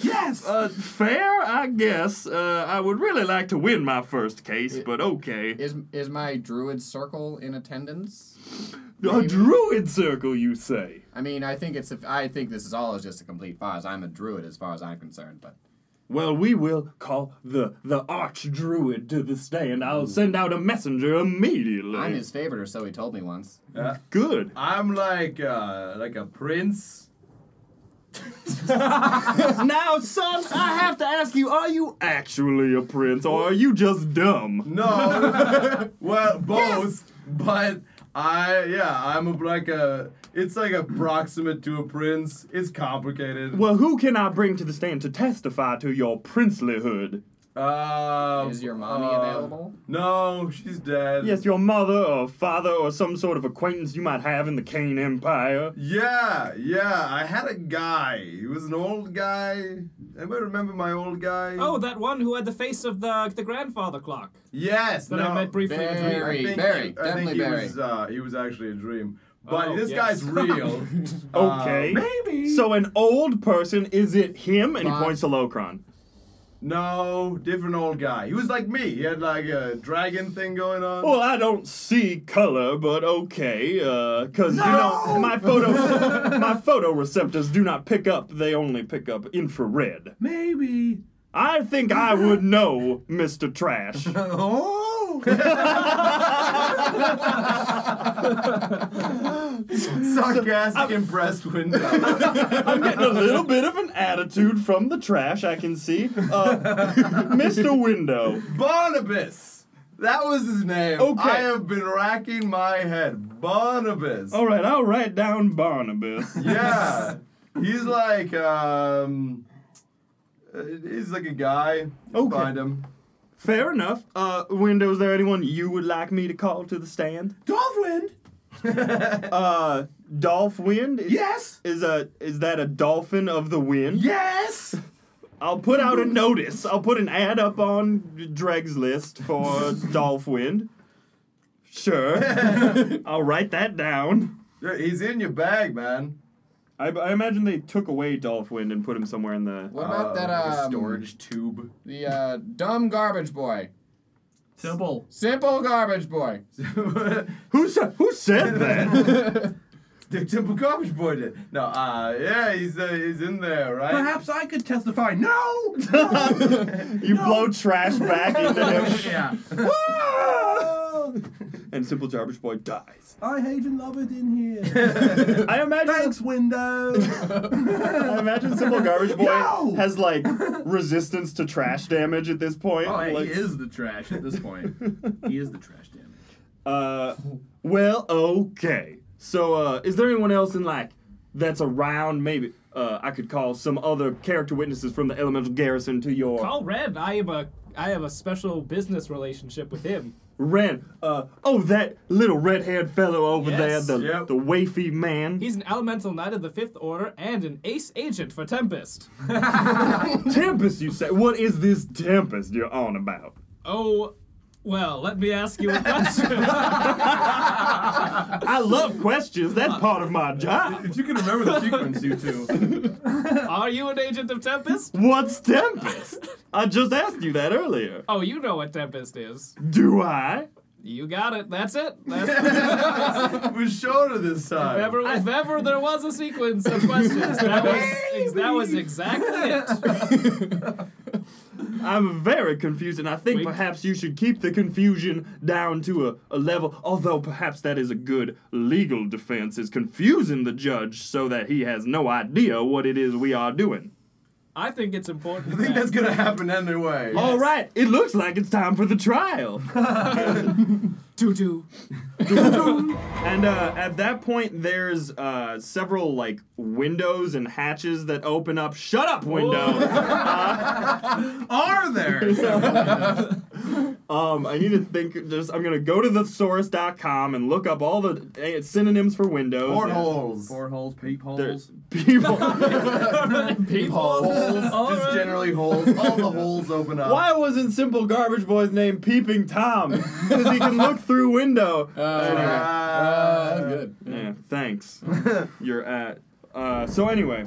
Speaker 1: Yes. Uh, fair, I guess. Uh, I would really like to win my first case, but okay.
Speaker 3: Is is my druid circle in attendance?
Speaker 1: A druid circle, you say?
Speaker 3: I mean, I think it's. I think this is all is just a complete farce. I'm a druid as far as I'm concerned, but
Speaker 1: Well, we will call the the arch druid to the stand. I'll send out a messenger immediately.
Speaker 3: I'm his favorite, or so he told me once.
Speaker 1: Good.
Speaker 6: I'm like uh, like a prince.
Speaker 1: now, son, I have to ask you: Are you actually a prince, or are you just dumb?
Speaker 6: No. well, both. But I, yeah, I'm a, like a. It's like approximate to a prince. It's complicated.
Speaker 1: Well, who can I bring to the stand to testify to your princelyhood?
Speaker 6: Uh,
Speaker 3: Is your mommy
Speaker 6: uh,
Speaker 3: available?
Speaker 6: No, she's dead.
Speaker 1: Yes, your mother or father or some sort of acquaintance you might have in the Kane Empire.
Speaker 6: Yeah, yeah. I had a guy. He was an old guy. Anybody remember my old guy?
Speaker 5: Oh, that one who had the face of the the grandfather clock
Speaker 6: yes.
Speaker 5: that
Speaker 6: no.
Speaker 5: I met briefly. in a dream.
Speaker 3: Barry,
Speaker 6: I think-
Speaker 3: Barry,
Speaker 6: I
Speaker 3: definitely
Speaker 6: think he
Speaker 3: Barry.
Speaker 6: Was, uh, he was actually a dream. But
Speaker 5: Oh,
Speaker 6: this
Speaker 5: yes.
Speaker 6: guy's real. Uh,
Speaker 1: Okay.
Speaker 4: Maybe.
Speaker 1: So an old person, is it him? And he
Speaker 3: Mine.
Speaker 1: points to Locron.
Speaker 6: no, different old guy. He was like me. He had like a dragon thing going on.
Speaker 5: Oh.
Speaker 1: Well, I don't see color, but okay, uh, cause you know my photo my photoreceptors do not pick up; they only pick up infrared.
Speaker 4: Maybe.
Speaker 1: I think I would know, Mister Trash.
Speaker 4: Oh.
Speaker 6: Sarcastic, impressed window.
Speaker 1: I'm getting a little bit of an attitude from the trash, I can see. Uh, Mr. Window.
Speaker 6: Barnabas. That was his name.
Speaker 1: Okay.
Speaker 6: I have been racking my head. Barnabas.
Speaker 1: All right, I'll write down Barnabas.
Speaker 6: Yeah. he's like um uh, he's like a guy.
Speaker 1: Okay.
Speaker 6: Find him.
Speaker 1: Fair enough. Uh, Window, is there anyone you would like me to call to the stand?
Speaker 2: Dolphin?
Speaker 1: Uh, Dolph Wind? Is,
Speaker 2: Yes.
Speaker 1: Is a is that a dolphin of the wind?
Speaker 2: Yes.
Speaker 1: I'll put out a notice. I'll put an ad up on Dreg's list for Dolph Wind. Sure. I'll write that down.
Speaker 6: Yeah, He's in your bag, man.
Speaker 1: I, I imagine they took away Dolph Wind and put him somewhere in the.
Speaker 3: What about
Speaker 6: Uh,
Speaker 3: that
Speaker 6: like a
Speaker 3: um,
Speaker 6: storage tube?
Speaker 3: The uh, dumb garbage boy.
Speaker 2: Simple.
Speaker 3: Simple garbage boy.
Speaker 1: Who said Who said that?
Speaker 6: The simple garbage boy did. No, uh, yeah, he's uh, he's in there, right?
Speaker 2: Perhaps I could testify. No.
Speaker 1: you blow trash back into him,
Speaker 4: yeah.
Speaker 1: and Simple Garbage Boy dies.
Speaker 2: I hate and love it in here.
Speaker 1: I imagine.
Speaker 2: Uh, Thanks, window.
Speaker 1: I imagine Simple Garbage Boy
Speaker 2: No!
Speaker 1: has like resistance to trash damage at this point.
Speaker 4: Oh, yeah,
Speaker 1: like,
Speaker 4: he is the trash at this point. he is the trash, damn it.
Speaker 1: Uh, well, okay. So, uh, is there anyone else in like that's around? Maybe uh, I could call some other character witnesses from the elemental garrison to your
Speaker 5: Call Red. I have a I have a special business relationship with him.
Speaker 1: Ren. Uh, oh, that little red-haired fellow over
Speaker 5: Yes.
Speaker 1: there, the
Speaker 6: Yep.
Speaker 1: the wafy man.
Speaker 5: He's an elemental knight of the Fifth Order and an ace agent for Tempest.
Speaker 1: Tempest, you say? What is this Tempest you're on about?
Speaker 5: Oh, well, let me ask you a question.
Speaker 1: I love questions. That's part of my job.
Speaker 6: If you can remember the sequence, you two.
Speaker 5: Are you an agent of Tempest?
Speaker 1: What's Tempest? I just asked you that earlier.
Speaker 5: Oh, you know what Tempest is.
Speaker 1: Do I?
Speaker 5: You got it. That's it. That's,
Speaker 6: We're shorter this
Speaker 5: if,
Speaker 6: time.
Speaker 5: ever, if ever there was a sequence of questions, that was, that was exactly it.
Speaker 1: I'm very confused, and I think
Speaker 5: Wait.
Speaker 1: perhaps you should keep the confusion down to a, a level, although perhaps that is a good legal defense, is confusing the judge so that he has no idea what it is we are doing.
Speaker 5: I think it's important.
Speaker 6: I think that's gonna happen anyway.
Speaker 1: All right, it looks like it's time for the trial.
Speaker 5: Doo doo.
Speaker 1: And uh, at that point, there's uh, several like windows and hatches that open up. Shut up, window.
Speaker 6: Are there?
Speaker 1: um, I need to think. Just I'm gonna go to thesaurus.com and look up all the uh, synonyms for windows.
Speaker 6: Portholes.
Speaker 4: Four holes, peep
Speaker 1: There's
Speaker 4: holes.
Speaker 1: people.
Speaker 5: People.
Speaker 6: Holes. just
Speaker 5: right.
Speaker 6: generally holes. All the holes open up.
Speaker 1: Why wasn't Simple Garbage Boy's name Peeping Tom? Because he can look through window. anyway.
Speaker 3: Uh,
Speaker 6: Ah.
Speaker 3: that's good.
Speaker 1: Yeah, thanks. You're at. Uh, so anyway,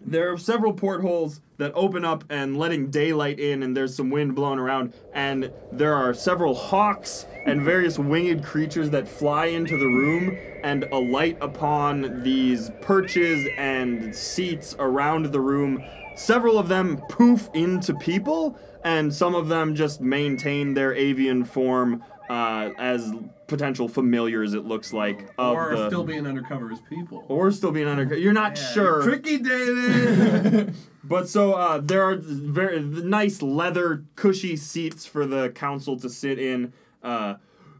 Speaker 1: there are several portholes that open up and letting daylight in, and there's some wind blowing around, and there are several hawks and various winged creatures that fly into the room and alight upon these perches and seats around the room. Several of them poof into people, and some of them just maintain their avian form uh, as potential familiars. It looks like of
Speaker 4: or
Speaker 1: the
Speaker 4: still being undercover as people.
Speaker 1: or still being under. You're not sure.
Speaker 6: Tricky David.
Speaker 1: But so uh, there are very nice leather cushy seats for the council to sit in. Uh,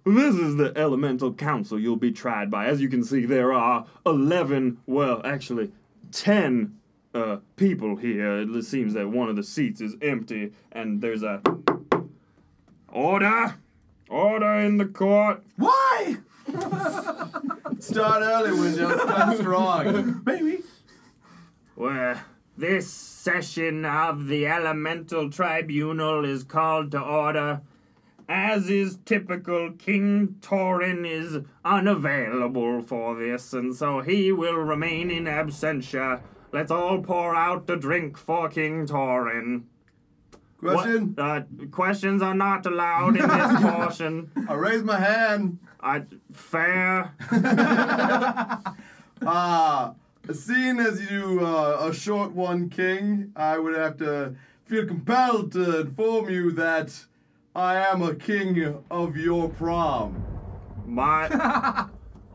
Speaker 1: this is the elemental council you'll be tried by. As you can see, there are eleven. Well, actually, ten uh, people here. It seems that one of the seats is empty, and there's a order, order in the court.
Speaker 2: Why?
Speaker 6: Start early, Windows. Start strong.
Speaker 2: Maybe.
Speaker 1: Well, this session of the Elemental Tribunal is called to order. As is typical, King Torin is unavailable for this, and so he will remain in absentia. Let's all pour out the drink for King Torin.
Speaker 6: Question.
Speaker 1: What- uh, questions are not allowed in this portion.
Speaker 6: I raise my hand.
Speaker 1: I, fair.
Speaker 6: Ah, seeing as you uh, a short one, King, I would have to feel compelled to inform you that I am a king of your prom.
Speaker 1: My.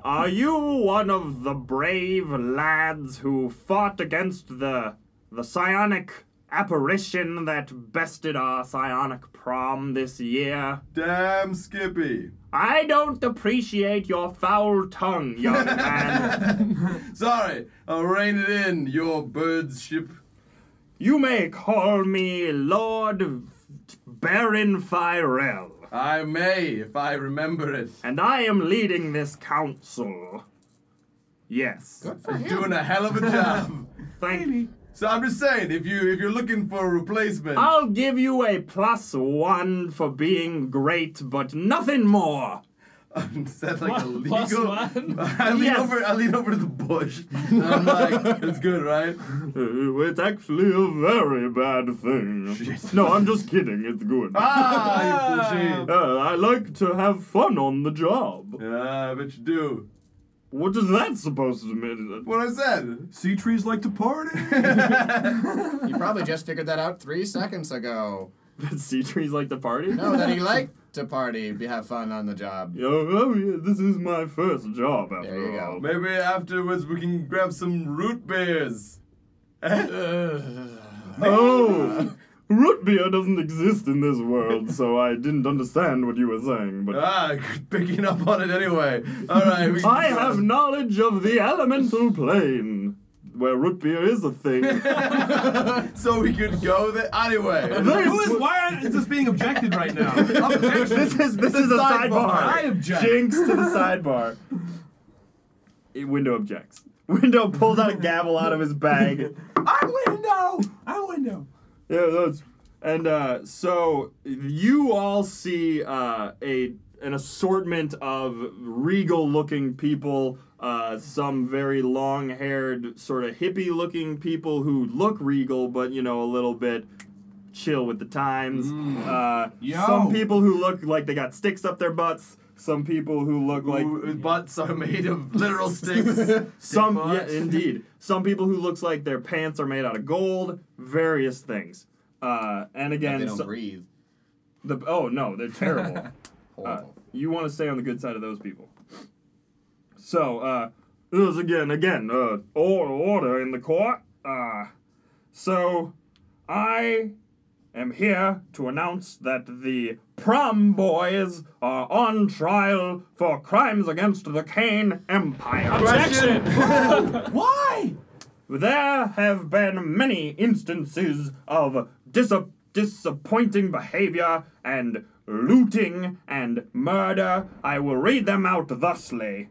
Speaker 1: Are you one of the brave lads who fought against the the psionic apparition that bested our psionic prom this year?
Speaker 6: Damn Skippy.
Speaker 1: I don't appreciate your foul tongue, young man.
Speaker 6: Sorry, I'll rein it in, your birdship.
Speaker 1: you may call me Lord Baron Firel,
Speaker 6: I may, if I remember it.
Speaker 1: and I am leading this council. Yes.
Speaker 6: Doing a hell of a job.
Speaker 1: Thank
Speaker 6: so I'm just saying, if you if you're looking for a replacement,
Speaker 1: I'll give you a plus one for being great, but nothing more.
Speaker 6: Is that like
Speaker 5: One
Speaker 6: illegal?
Speaker 5: plus one?
Speaker 6: I lean
Speaker 1: Yes.
Speaker 6: over. I lean over to the bush. And I'm like, it's good, right?
Speaker 1: Uh, it's actually a very bad thing.
Speaker 6: Shit.
Speaker 1: No, I'm just kidding. It's good.
Speaker 6: Ah, you bullshit.
Speaker 1: Uh, I like to have fun on the job.
Speaker 6: Yeah, I bet you do.
Speaker 1: What is that supposed to mean?
Speaker 6: What I said.
Speaker 2: Sea trees like to party.
Speaker 3: You probably just figured that out three seconds ago.
Speaker 1: That sea trees like to party?
Speaker 3: No, that he liked to party, be have fun on the job.
Speaker 1: Yo, oh yeah, this is my first job after
Speaker 3: There you go.
Speaker 1: all.
Speaker 6: Maybe afterwards we can grab some root beers.
Speaker 1: Oh, root beer doesn't exist in this world, so I didn't understand what you were saying. But
Speaker 6: Ah, picking up on it anyway. All right. We
Speaker 1: I have knowledge of the elemental plane, where root beer is a thing.
Speaker 6: So we could go there anyway.
Speaker 1: They-
Speaker 2: Who is? Why is this being objected right now? Objection.
Speaker 1: this is this is a sidebar.
Speaker 2: I object.
Speaker 1: Jinx to the sidebar. It- window objects. Window pulls out a gavel out of his bag.
Speaker 2: I window. I window.
Speaker 1: Yeah, those. And uh, so you all see uh, a an assortment of regal-looking people, uh, some very long-haired, sort of hippie-looking people who look regal, but you know a little bit chill with the times.
Speaker 2: Yo.
Speaker 1: Uh, some people who look like they got sticks up their butts. Some people who look like
Speaker 6: Ooh, Butts are made of literal sticks.
Speaker 1: some yeah,
Speaker 6: butts.
Speaker 1: indeed. Some people who looks like their pants are made out of gold. Various things. Uh, and again,
Speaker 3: they don't
Speaker 1: so-
Speaker 3: breathe.
Speaker 1: the oh no, they're terrible. uh,
Speaker 3: Horrible.
Speaker 1: you want to stay on the good side of those people. So uh, this is again, again, uh, order, order in the court. Uh, so I am here to announce that the prom boys are on trial for crimes against the Kane Empire.
Speaker 5: Objection!
Speaker 2: Why?
Speaker 1: There have been many instances of dis- disappointing behavior and looting and murder. I will read them out thusly.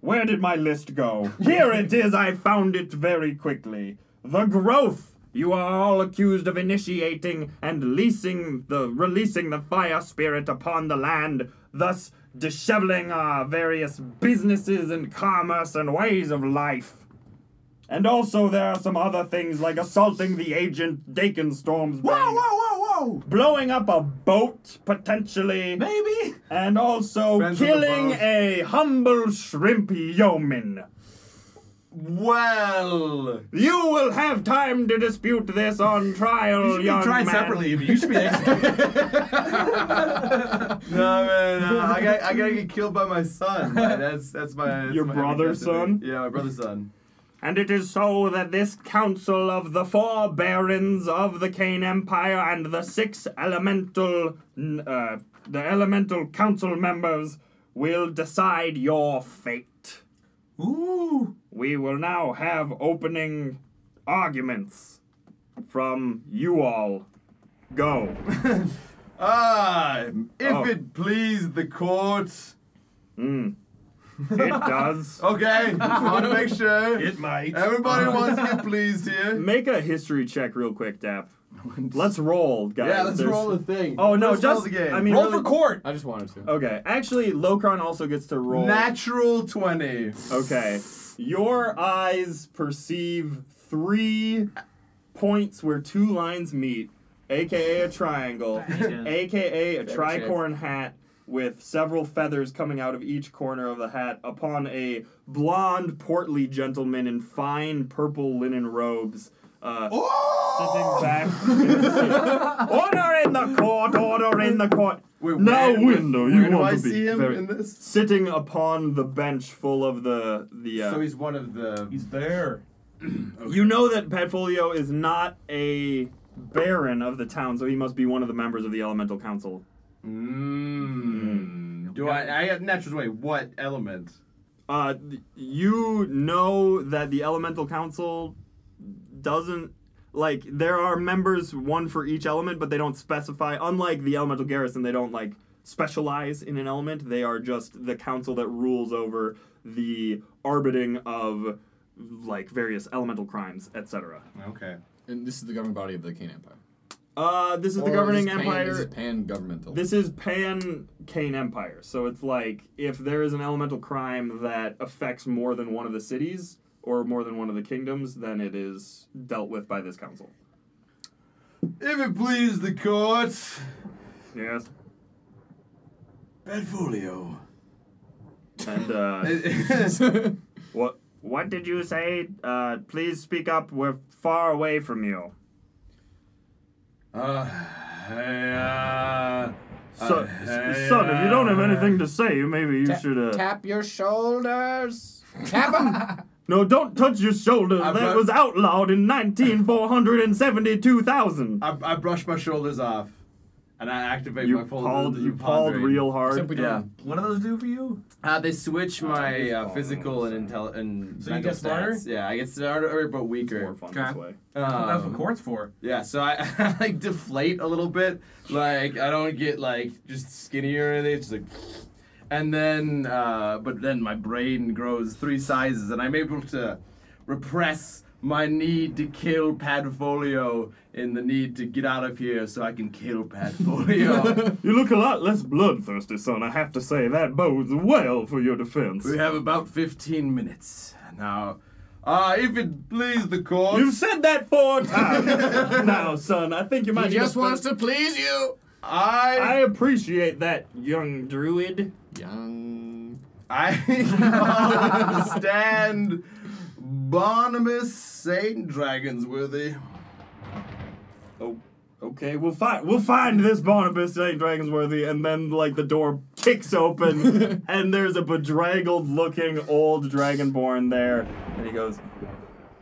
Speaker 1: Where did my list go? Here it is, I found it very quickly. The growth you are all accused of initiating and leasing the releasing the fire spirit upon the land, thus disheveling our various businesses and commerce and ways of life. And also there are some other things like assaulting the agent Dakenstorm's
Speaker 2: Whoa,
Speaker 1: bank,
Speaker 2: whoa, whoa, whoa!
Speaker 1: blowing up a boat potentially,
Speaker 2: Maybe.
Speaker 1: and also
Speaker 6: Friends of the
Speaker 1: killing
Speaker 6: boat.
Speaker 1: a humble shrimp yeoman.
Speaker 6: Well,
Speaker 1: You will have time to dispute this on trial,
Speaker 2: You should be
Speaker 1: young
Speaker 2: tried
Speaker 1: man.
Speaker 2: separately, but you should be executed.
Speaker 6: no man, no, I got I gotta get killed by my son. Like, that's that's my that's
Speaker 1: Your
Speaker 6: my
Speaker 1: brother's
Speaker 6: everything.
Speaker 1: son?
Speaker 6: Yeah, my brother's son.
Speaker 1: And it is so that this council of the four barons of the Kane Empire and the six elemental, n- uh, the elemental council members will decide your fate.
Speaker 2: Ooh.
Speaker 1: We will now have opening arguments from you all. Go.
Speaker 6: Ah, if
Speaker 1: Oh.
Speaker 6: it please the court.
Speaker 1: Mm. It does.
Speaker 6: Okay, just want to make sure.
Speaker 2: It might.
Speaker 6: Everybody wants to get pleased here.
Speaker 1: Make a history check real quick, Dap. Let's roll, guys.
Speaker 3: yeah, let's
Speaker 1: There's-
Speaker 3: roll the thing.
Speaker 1: Oh no,
Speaker 6: Let's roll
Speaker 1: just
Speaker 6: the game.
Speaker 1: I mean,
Speaker 6: Roll
Speaker 1: really-
Speaker 6: for court.
Speaker 3: I just wanted to.
Speaker 1: Okay, actually, Locron also gets to roll.
Speaker 6: Natural twenty.
Speaker 1: Okay, your eyes perceive three points where two lines meet, aka a triangle, aka a tricorn hat with several feathers coming out of each corner of the hat upon a blonde, portly gentleman in fine purple linen robes. Uh, sitting back. order in the court, order in the court.
Speaker 6: Wait,
Speaker 1: Now,
Speaker 6: where-
Speaker 1: window, you
Speaker 6: where do
Speaker 1: want
Speaker 6: I
Speaker 1: to be
Speaker 6: see him
Speaker 1: very-
Speaker 6: in this?
Speaker 1: Sitting upon the bench full of the the. Uh,
Speaker 6: So he's one of the.
Speaker 2: He's there.
Speaker 1: you know that Padfolio is not a baron of the town, so he must be one of the members of the elemental council.
Speaker 6: Mm. Do I? I have natural way. What element?
Speaker 1: Uh, th- you know that the elemental council doesn't like there are members one for each element, but they don't specify. Unlike the elemental garrison, they don't like specialize in an element. They are just the council that rules over the arbiting of like various elemental crimes, etc.
Speaker 6: Okay.
Speaker 3: And this is the governing body of the Kane Empire.
Speaker 1: Uh, this is
Speaker 3: Or
Speaker 1: the governing
Speaker 3: this pan-
Speaker 1: empire.
Speaker 3: This is pan governmental.
Speaker 1: This is pan Kane Empire. So it's like if there is an elemental crime that affects more than one of the cities or more than one of the kingdoms, then it is dealt with by this council.
Speaker 6: If it please the court,
Speaker 1: Yes.
Speaker 6: Bedfolio.
Speaker 1: And uh, what what did you say? Uh, please speak up. We're far away from you.
Speaker 6: Uh, I, uh,
Speaker 1: Son,
Speaker 6: Uh,
Speaker 1: s- son, if you don't have anything to say, maybe you
Speaker 3: Ta-
Speaker 1: should. Uh,
Speaker 3: Tap your shoulders. Tap 'em.
Speaker 1: no, don't touch your shoulders.
Speaker 6: I've
Speaker 1: that
Speaker 6: got-
Speaker 1: was outlawed in 1972,000.
Speaker 6: I, I brush my shoulders off, and I activate
Speaker 1: You
Speaker 6: my full.
Speaker 1: pawed, you pawed real hard.
Speaker 3: Except we don't.
Speaker 6: Yeah.
Speaker 2: What do those do for you?
Speaker 6: Uh, they switch my uh,
Speaker 3: Oh,
Speaker 6: physical and intel and
Speaker 2: So you
Speaker 6: mental
Speaker 2: get smarter? Oh,
Speaker 6: stats. Yeah, I get smarter but
Speaker 1: It's
Speaker 6: weaker.
Speaker 1: more fun
Speaker 4: Okay.
Speaker 1: this way.
Speaker 2: That's what
Speaker 6: Um,
Speaker 2: court's for.
Speaker 6: yeah, so I, I like deflate a little bit. Like I don't get like just skinnier or anything. It's just like, and then uh, but then my brain grows three sizes, and I'm able to repress my need to kill Padfolio and the need to get out of here so I can kill Padfolio.
Speaker 1: You look a lot less bloodthirsty, son. I have to say that bodes well for your defense.
Speaker 6: we have about 15 minutes now. Uh, if it please the court.
Speaker 1: You've said that four times now, son. I think you might.
Speaker 3: He
Speaker 1: need
Speaker 3: just
Speaker 1: fin-
Speaker 3: wants to please you.
Speaker 1: I
Speaker 6: I
Speaker 1: appreciate that, young druid.
Speaker 3: Young.
Speaker 6: I understand Barnabas Saint Dragonsworthy.
Speaker 1: Okay, we'll find we'll find this Barnabas St. Dragonsworthy, and then like the door kicks open, and there's a bedraggled-looking old dragonborn there, and he goes,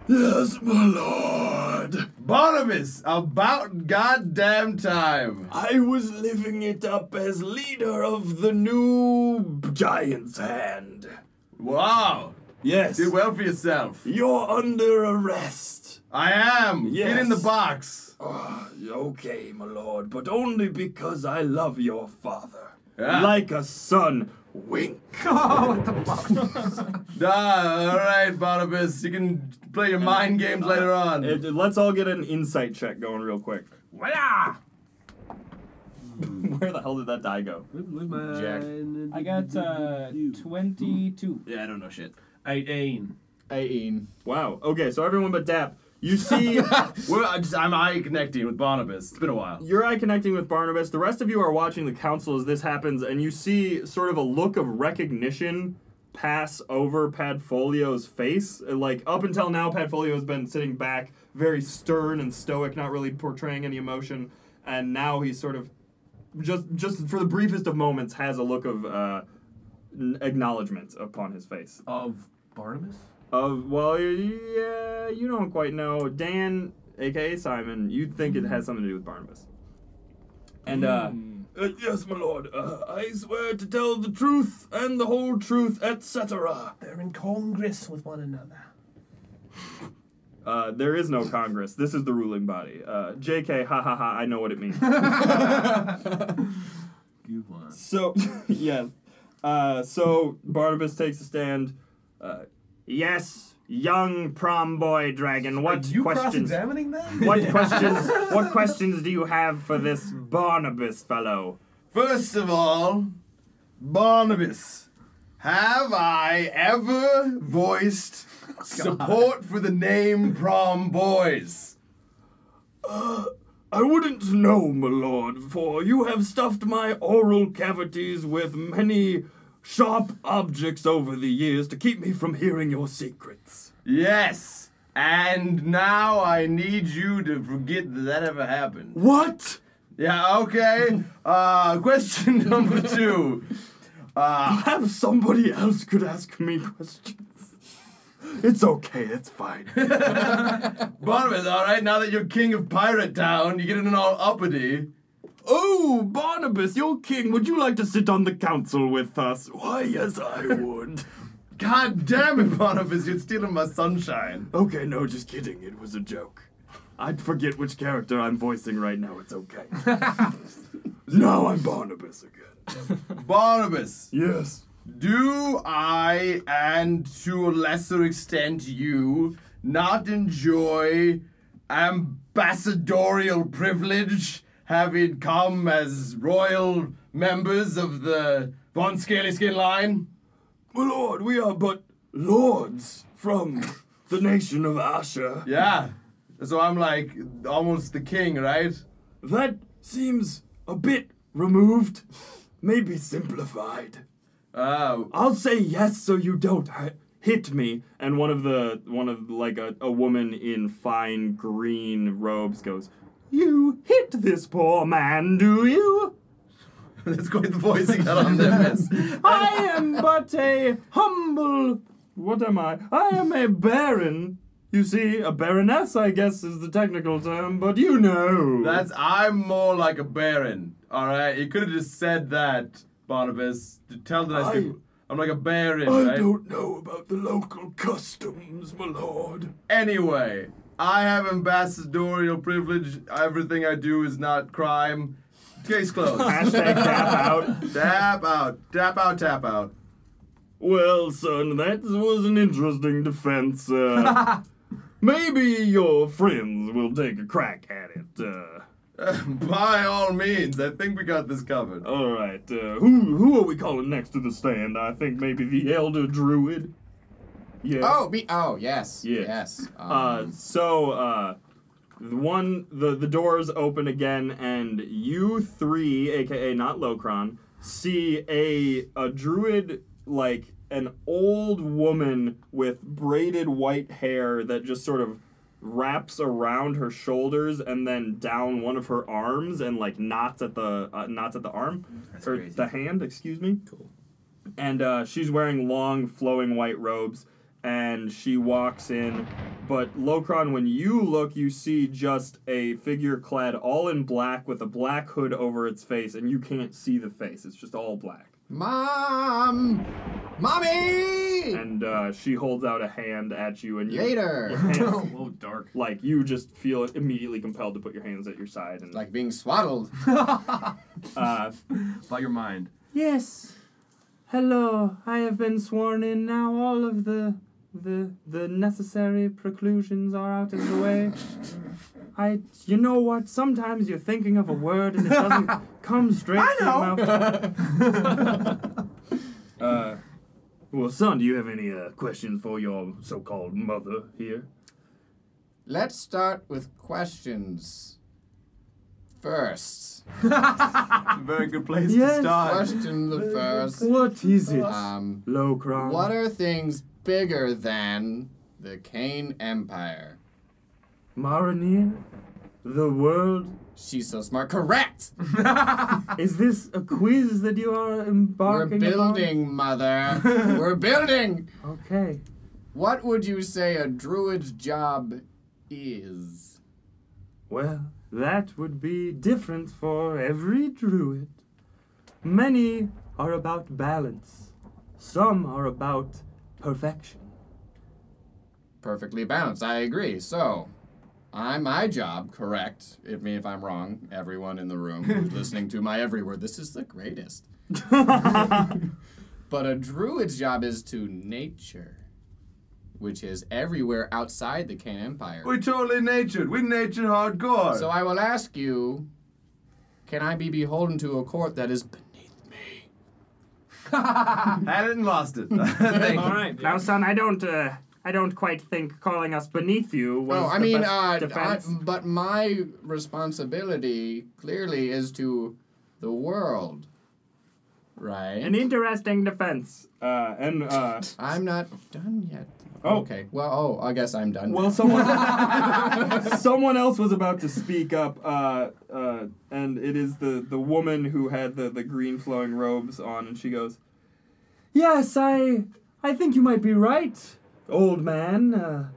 Speaker 1: "Yes, my lord."
Speaker 6: Barnabas, about goddamn time.
Speaker 1: I was living it up as leader of the new Giant's Hand.
Speaker 6: Wow.
Speaker 1: Yes.
Speaker 6: Did well for yourself.
Speaker 1: You're under arrest.
Speaker 6: I am. Get in the
Speaker 1: Yes.
Speaker 6: box.
Speaker 1: Ah, okay, my lord, but only because I love your father.
Speaker 6: Yeah.
Speaker 1: Like a son. Wink.
Speaker 6: Ah, all right, Barnabas. You can play your mind games later on.
Speaker 1: Uh, let's all get an insight check going real quick.
Speaker 2: Voila!
Speaker 1: Where the hell did that die go?
Speaker 3: Jack.
Speaker 5: I got uh, 22.
Speaker 4: Yeah, I don't know shit. Eighteen.
Speaker 3: Eighteen.
Speaker 1: Wow. Okay, so everyone but Dap, you see
Speaker 6: We're, I just, I'm eye connecting with Barnabas. It's been a while.
Speaker 1: Your eye connecting with Barnabas. The rest of you are watching the council as this happens, and you see sort of a look of recognition pass over Padfolio's face. Uh, Like up until now, Padfolio has been sitting back, very stern and stoic, not really portraying any emotion. And now he's sort of just just for the briefest of moments has a look of uh, n- acknowledgement upon his face.
Speaker 2: Of Barnabas?
Speaker 1: Of well, yeah, you don't quite know. Dan, aka Simon, you think it has something to do with Barnabas. And uh, uh yes, my lord, uh, I swear to tell the truth and the whole truth, etc.
Speaker 2: They're in Congress with one another.
Speaker 1: Uh, there is no Congress. This is the ruling body. Uh, J.K. Ha ha ha. I know what it means.
Speaker 4: Good one.
Speaker 1: So, yes. Uh, so Barnabas takes a stand. Uh, yes, young prom boy dragon. What
Speaker 2: you cross-examining them?
Speaker 1: What questions? What questions do you have for this Barnabas fellow?
Speaker 6: First of all, Barnabas, have I ever voiced support for the name Prom Boys?
Speaker 1: I wouldn't know, my lord, for you have stuffed my oral cavities with many sharp objects over the years to keep me from hearing your secrets.
Speaker 6: Yes, And now I need you to forget that that ever happened.
Speaker 7: What?
Speaker 6: Yeah, okay. Uh, question number two. Uh,
Speaker 7: Have somebody else could ask me questions. It's okay, it's fine.
Speaker 6: Barnabas, all right, now that you're king of Pirate Town, you're getting all uppity.
Speaker 7: oh, Barnabas, you're king. Would you like to sit on the council with us? Why, yes, I would.
Speaker 6: God damn it, Barnabas, you're stealing my sunshine.
Speaker 7: okay, no, just kidding. It was a joke. I'd forget which character I'm voicing right now. It's okay. no, I'm Barnabas again.
Speaker 6: Barnabas,
Speaker 7: Yes.
Speaker 6: do I, and to a lesser extent you, not enjoy ambassadorial privilege having come as royal members of the Von Scaly Skin line?
Speaker 7: My lord, we are but lords from the nation of Asher.
Speaker 6: Yeah. So I'm like almost the king, right?
Speaker 7: That seems a bit removed, maybe simplified.
Speaker 6: Uh,
Speaker 7: I'll say yes so you don't.
Speaker 1: "Hi- hit me and one of the one of like a, a woman in fine green robes goes you hit this poor man do you
Speaker 6: that's quite the voice he got on there. miss.
Speaker 1: i am but a humble what am i i am a baron you see a baroness i guess is the technical term but you know
Speaker 6: That's I'm more like a baron. All right, you could have just said that, Barnabas. To tell the nice
Speaker 7: I-
Speaker 6: people, I'm like a baron,
Speaker 7: I
Speaker 6: right?
Speaker 7: don't know about the local customs, my lord.
Speaker 6: Anyway, I have ambassadorial privilege. Everything I do is not crime. Case closed.
Speaker 1: hashtag tap out
Speaker 6: tap out, tap out, tap out.
Speaker 1: Well, son, that was an interesting defense. Uh, maybe your friends will take a crack at it. Uh,
Speaker 6: By all means, I think we got this covered.
Speaker 1: all right, uh, who who are we calling next to the stand? I think maybe the elder druid. Yeah.
Speaker 3: Oh, me. Oh, yes.
Speaker 1: Yes.
Speaker 3: Yes. Um,
Speaker 1: Uh, so uh, the one the the doors open again, and you three, aka not Locron, see a a druid like an old woman with braided white hair that just sort of wraps around her shoulders and then down one of her arms and like knots at the uh, knots at the arm or
Speaker 6: crazy.
Speaker 1: the hand, excuse me. Cool. And uh, she's wearing long flowing white robes and she walks in. But Locron, when you look, you see just a figure clad all in black with a black hood over its face, and you can't see the face. It's just all black.
Speaker 3: Mom, mommy,
Speaker 1: And uh, she holds out a hand at you, and you, your
Speaker 3: later.
Speaker 1: hands-
Speaker 4: Oh, Whoa, dark.
Speaker 1: like you just feel immediately compelled to put your hands at your side and
Speaker 3: like being swaddled.
Speaker 1: uh,
Speaker 4: By your mind.
Speaker 1: Yes. Hello. I have been sworn in now. All of the the the necessary preclusions are out of the way. I you know what? Sometimes you're thinking of a word and it doesn't come straight to your mouth. uh, well, son, do you have any uh, questions for your so-called mother here?
Speaker 3: Let's start with questions first.
Speaker 6: Very good place
Speaker 1: Yes.
Speaker 6: to start.
Speaker 3: Question the first.
Speaker 1: What is it,
Speaker 3: Um,
Speaker 1: Locron?
Speaker 3: what are things bigger than the Kane Empire?
Speaker 1: Marinir? The world?
Speaker 3: She's so smart. Correct.
Speaker 1: Is this a quiz that you are
Speaker 3: We're
Speaker 1: embarking upon?
Speaker 3: building, mother. We're building.
Speaker 1: Okay.
Speaker 3: What would you say a druid's job is?
Speaker 1: Well, that would be different for every druid. Many are about balance, some are about perfection.
Speaker 3: perfectly balanced. I agree. So, I'm my job, correct? I mean, if I'm wrong, everyone in the room who's listening to my every word, this is the greatest. but a druid's job is to nature, which is everywhere outside the Can Empire.
Speaker 6: We totally natured. We natured hardcore.
Speaker 3: So I will ask you, can I be beholden to a court that is beneath me?
Speaker 6: Had it and lost it. Thank
Speaker 5: All
Speaker 6: you.
Speaker 5: right.
Speaker 1: Now, son, I don't, uh, I don't quite think calling us beneath you was
Speaker 3: Oh, I
Speaker 1: the
Speaker 3: mean, uh,
Speaker 1: best
Speaker 3: I,
Speaker 1: defense.
Speaker 3: but my responsibility clearly is to the world, right?
Speaker 1: An interesting defense. Uh, and uh,
Speaker 3: I'm not done yet. though.
Speaker 8: Oh.
Speaker 3: Okay. Well, oh, I guess I'm done.
Speaker 8: Well, someone someone else was about to speak up, uh, uh, and it is the, the woman who had the, the green flowing robes on, and she goes, "Yes, I I think you might be right, old man. Uh,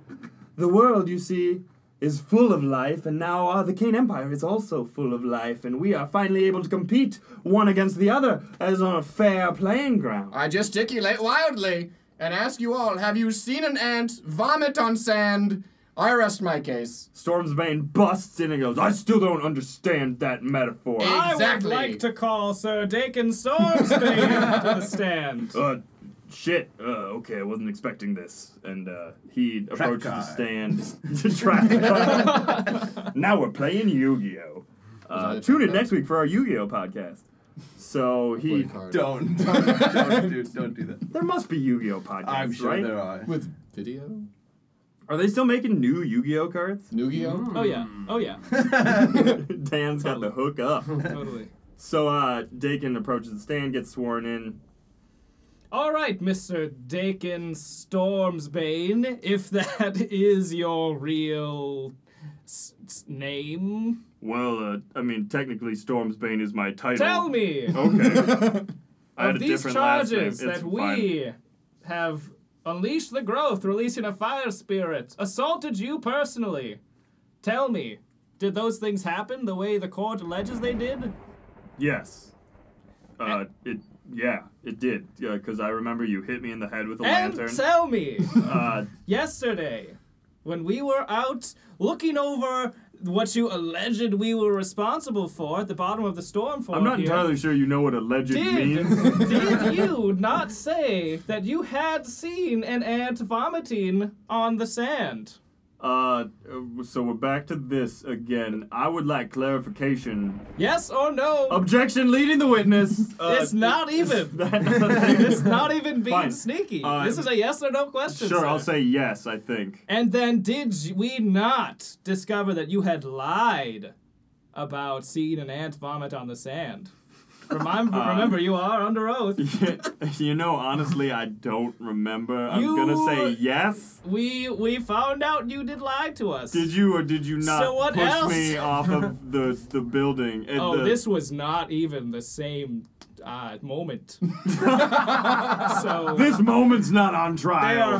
Speaker 8: the world, you see, is full of life, and now uh, the Kane Empire is also full of life, and we are finally able to compete one against the other as on a fair playing ground."
Speaker 3: I gesticulate wildly and ask you all: Have you seen an ant vomit on sand? I rest my case.
Speaker 8: Stormsbane busts in and goes, "I still don't understand that metaphor."
Speaker 3: Eh. Exactly.
Speaker 5: I would like to call Sir Dakin Stormsbane to the stand.
Speaker 2: Hmm.
Speaker 1: Uh, shit. Uh, okay, I wasn't expecting this. And uh, he approaches the
Speaker 9: guy.
Speaker 1: stand to track. guy. now we're playing Yu-Gi-Oh. Uh,
Speaker 3: Was that a
Speaker 1: tune in
Speaker 3: track
Speaker 1: next week for our Yu-Gi-Oh podcast. So
Speaker 3: Play
Speaker 1: he,
Speaker 3: card.
Speaker 6: Don't, don't, don't, do, don't do that.
Speaker 1: there must be Yu-Gi-Oh podcasts,
Speaker 6: I'm sure
Speaker 1: right?
Speaker 6: there are.
Speaker 3: With video?
Speaker 1: Are they still making new Yu-Gi-Oh cards?
Speaker 3: Nugio?
Speaker 6: Mm.
Speaker 5: Oh yeah. Oh yeah.
Speaker 1: Dan's got the hook up.
Speaker 5: totally.
Speaker 1: So uh, Dakin approaches the stand, gets sworn in.
Speaker 5: All right, Mr. Dakin Stormsbane, if that is your real s- s- name,
Speaker 1: Well, uh, I mean, technically, Stormsbane is my title.
Speaker 5: tell me
Speaker 1: Okay. Oh. I had
Speaker 5: of
Speaker 1: a
Speaker 5: these
Speaker 1: different last name.
Speaker 5: charges
Speaker 1: It's
Speaker 5: that
Speaker 1: fine.
Speaker 5: we have unleashed the growth, releasing a fire spirit, assaulted you personally. Tell me, did those things happen the way the court alleges they did?
Speaker 1: Yes. Uh, it. Yeah, it did. Yeah, because I remember you hit me in the head with a lantern.
Speaker 5: And tell me.
Speaker 1: uh,
Speaker 5: yesterday when we were out looking over what you alleged we were responsible for at the bottom of the storm for
Speaker 1: I'm not entirely sure you know what alleged
Speaker 5: did,
Speaker 1: means.
Speaker 5: did you not say that you had seen an ant vomiting on the sand?
Speaker 1: Uh, so we're back to this again. I would like clarification.
Speaker 5: Yes or no?
Speaker 1: Objection, leading the witness. Uh,
Speaker 5: it's not even. it's not even being
Speaker 1: Fine.
Speaker 5: sneaky.
Speaker 1: Uh,
Speaker 5: this is a yes or no question.
Speaker 1: Sure, I'll
Speaker 5: sir.
Speaker 1: say yes. I think.
Speaker 5: And then did j- we not discover that you had lied about seeing an ant vomit on the sand? Remem-
Speaker 1: Uh.
Speaker 5: remember, you are under oath.
Speaker 1: you know, honestly, I don't remember. I'm
Speaker 5: You-
Speaker 1: gonna say yes.
Speaker 5: We we found out you did lie to us.
Speaker 1: Did you or did you not
Speaker 5: So what
Speaker 1: push
Speaker 5: else?
Speaker 1: me off of the the building? And
Speaker 5: oh,
Speaker 1: the,
Speaker 5: this was not even the same uh, moment. so
Speaker 1: this moment's not on
Speaker 5: they are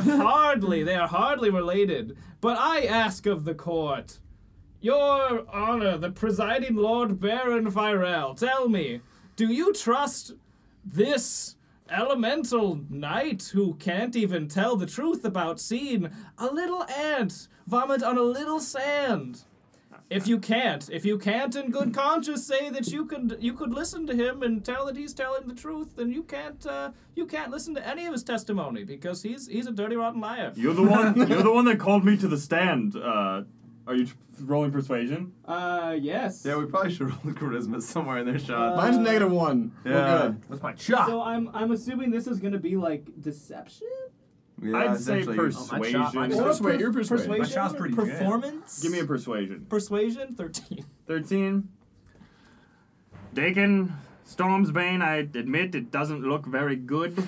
Speaker 1: trial.
Speaker 5: hardly they are hardly related. But I ask of the court, Your Honor, the presiding Lord Baron Virel, tell me, do you trust this elemental knight who can't even tell the truth about seeing a little ant vomit on a little sand? If you can't, if you can't in good conscience say that you could you could listen to him and tell that he's telling the truth, then you can't uh, you can't listen to any of his testimony because he's he's a dirty rotten liar.
Speaker 1: You're the one. You're the one that called me to the stand. Uh, are you tr- rolling persuasion?
Speaker 5: Uh yes.
Speaker 6: Yeah, we probably should roll charisma somewhere in their shot.
Speaker 3: Mine's negative one.
Speaker 6: Uh, Yeah.
Speaker 3: We're good.
Speaker 10: That's my chop.
Speaker 5: So I'm I'm assuming this is gonna be like deception?
Speaker 6: Yeah,
Speaker 1: I'd say
Speaker 6: essentially. oh
Speaker 1: persuasion.
Speaker 10: shot, my
Speaker 3: Or
Speaker 10: shot.
Speaker 3: persuade, you're persuaded.
Speaker 10: My shot's pretty good.
Speaker 5: performance?
Speaker 1: Give me a persuasion.
Speaker 5: persuasion thirteen.
Speaker 1: Thirteen. Dakin, Stormsbane. I admit it doesn't look very good.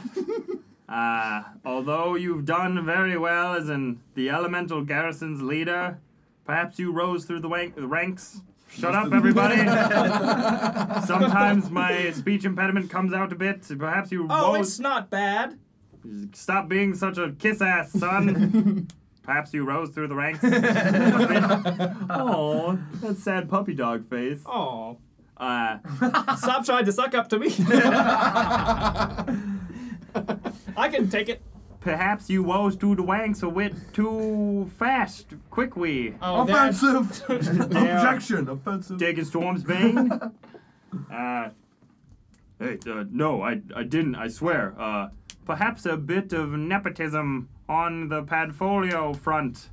Speaker 1: uh, although you've done very well as in the elemental garrison's leader, perhaps you rose through the wank- ranks. Shut up, everybody. Sometimes my speech impediment comes out a bit. Perhaps you
Speaker 5: Oh,
Speaker 1: rose.
Speaker 5: it's not bad.
Speaker 1: Stop being such a kiss ass, son. Perhaps you rose through the ranks. Oh, that sad puppy dog face.
Speaker 5: Oh.
Speaker 1: Uh,
Speaker 5: Stop trying to suck up to me. I can take it.
Speaker 1: perhaps you rose through the ranks a bit too fast, quick we.
Speaker 5: Oh, that-
Speaker 10: Offensive. Objection. Offensive.
Speaker 1: Taking storms, Bane. uh, hey, uh, no, I, I didn't. I swear. Uh, perhaps a bit of nepotism on the Padfolio front.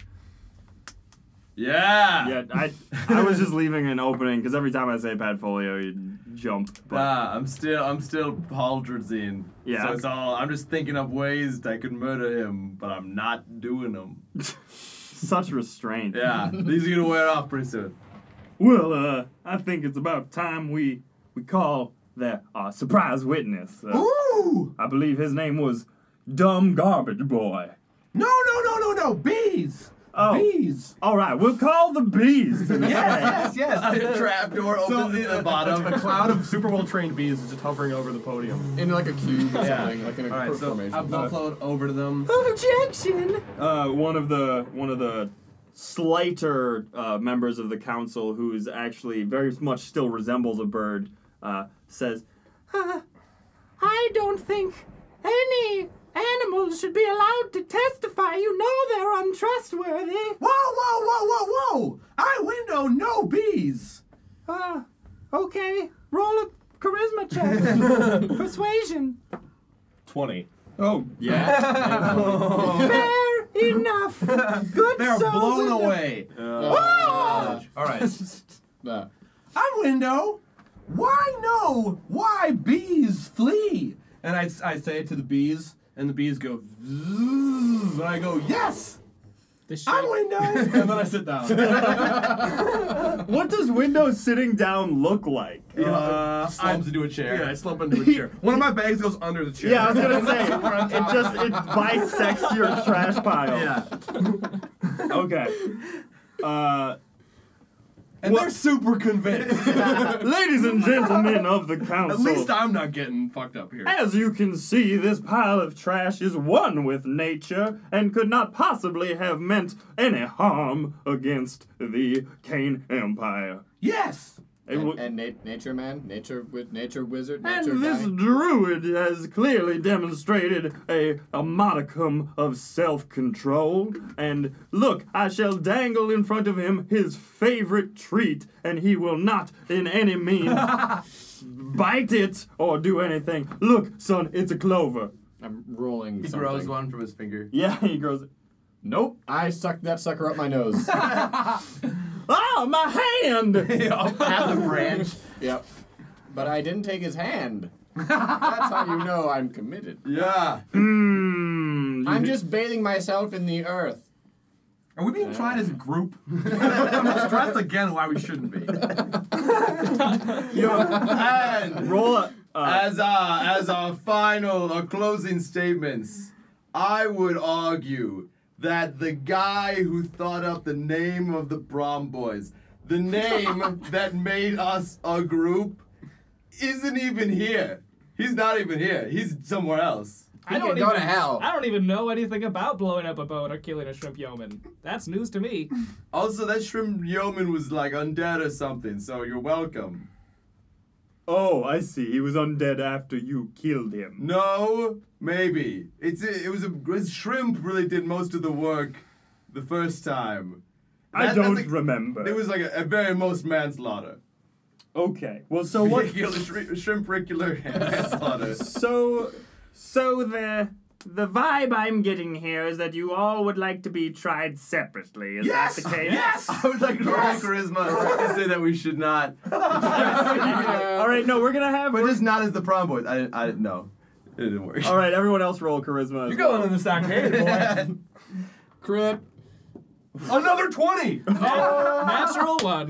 Speaker 6: Yeah.
Speaker 1: Yeah, I I was just leaving an opening because every time I say Padfolio, you jump. But
Speaker 6: Nah, I'm still, I'm still Paldradzine.
Speaker 1: Yeah.
Speaker 6: So it's all, I'm just thinking of ways that I could murder him, but I'm not doing them.
Speaker 1: such restraint.
Speaker 6: Yeah, these are gonna wear off pretty soon.
Speaker 1: Well, uh, I think it's about time we we call the uh, surprise witness. Uh,
Speaker 10: Ooh.
Speaker 1: I believe his name was Dumb Garbage Boy.
Speaker 6: No, no, no, no, no. Bees.
Speaker 7: Oh.
Speaker 6: Bees.
Speaker 7: All right, we'll call the bees. to the side.
Speaker 6: Yes, yes. A trap door opens at the bottom.
Speaker 2: A cloud of super well trained bees is just hovering over the podium.
Speaker 3: in like a cube or
Speaker 6: Yeah.
Speaker 3: something, like in a
Speaker 6: All right,
Speaker 3: cor-
Speaker 6: so
Speaker 3: formation.
Speaker 6: I will float over to them.
Speaker 5: Objection!
Speaker 1: uh, one of the one of the slighter uh, members of the council, who is actually very much still resembles a bird, uh, says,
Speaker 5: I don't think any animals should be allowed to testify. You know they're untrustworthy.
Speaker 6: Whoa, whoa, whoa, whoa, whoa! I window, no bees.
Speaker 5: Ah, okay. Roll a charisma check. Persuasion.
Speaker 2: 20.
Speaker 1: "Oh yeah,
Speaker 5: Fair enough. Good
Speaker 6: They're
Speaker 5: soul
Speaker 6: blown
Speaker 5: in the-
Speaker 6: away.
Speaker 3: Uh,
Speaker 6: All right.
Speaker 3: that.
Speaker 6: I window. Why no? Why bees flee? And I, I say it to the bees, and the bees go. "Zzz," And I go, yes. I window. and then I sit down.
Speaker 1: what does Windows sitting down look like?"
Speaker 6: Uh, slumps into a chair.
Speaker 2: Yeah, I slump into a chair.
Speaker 6: One of my bags goes under the chair.
Speaker 1: Yeah, I was gonna say it just it bisects your trash pile.
Speaker 2: Yeah.
Speaker 1: Okay. Uh,
Speaker 6: and they're super convinced.
Speaker 1: ladies and gentlemen of the
Speaker 6: At
Speaker 1: council,
Speaker 6: least I'm not getting fucked up here.
Speaker 1: As you can see, this pile of trash is one with nature and could not possibly have meant any harm against the Kane Empire.
Speaker 6: Yes.
Speaker 1: It
Speaker 3: And,
Speaker 1: wa-
Speaker 3: and na- nature man, nature with nature wizard, nature
Speaker 1: and this
Speaker 3: guy.
Speaker 1: druid has clearly demonstrated a, a modicum of self control. And look, I shall dangle in front of him his favorite treat, and he will not in any means bite it or do anything. Look, son, it's a clover.
Speaker 3: I'm
Speaker 6: He
Speaker 3: rolling. something.
Speaker 6: grows one from his finger.
Speaker 1: Yeah, he grows it.
Speaker 3: Nope. I sucked that sucker up my nose.
Speaker 1: Oh, my hand!
Speaker 6: Up at the branch.
Speaker 3: yep. But I didn't take his hand. That's how you know I'm committed.
Speaker 6: Yeah.
Speaker 1: Hmm.
Speaker 3: I'm just bathing myself in the earth.
Speaker 2: Are we being tried as a group? I'm stressed again why we shouldn't be.
Speaker 6: And
Speaker 1: Roll a. Uh,
Speaker 6: as our as our final or closing statements, I would argue that the guy who thought up the name of the Brom Boys, the name that made us a group, isn't even here. He's not even here. He's somewhere else.
Speaker 3: He can go to hell.
Speaker 5: I don't even know anything about blowing up a boat or killing a shrimp yeoman. That's news to me.
Speaker 6: Also, that shrimp yeoman was like undead or something, so you're welcome.
Speaker 1: oh, I see. He was undead after you killed him.
Speaker 6: No, maybe. It's it, was a his shrimp really did most of the work the first time.
Speaker 1: I
Speaker 6: That- that's
Speaker 1: don't
Speaker 6: like-
Speaker 1: remember.
Speaker 6: It was like a, a very most manslaughter.
Speaker 1: okay. Well, so what?
Speaker 6: Regular shri- shrimp regular manslaughter.
Speaker 1: so, so the the vibe I'm getting here is that you all would like to be tried separately. Is that the case?
Speaker 6: I would like to roll charisma to say that we should not,
Speaker 1: all right. No, we're gonna have.
Speaker 6: but just not as the prom boys. I I didn't know. It didn't work.
Speaker 1: all right. Everyone else, roll charisma. as well.
Speaker 2: in the stockade,
Speaker 3: Crit.
Speaker 2: Another 20!
Speaker 5: Natural one.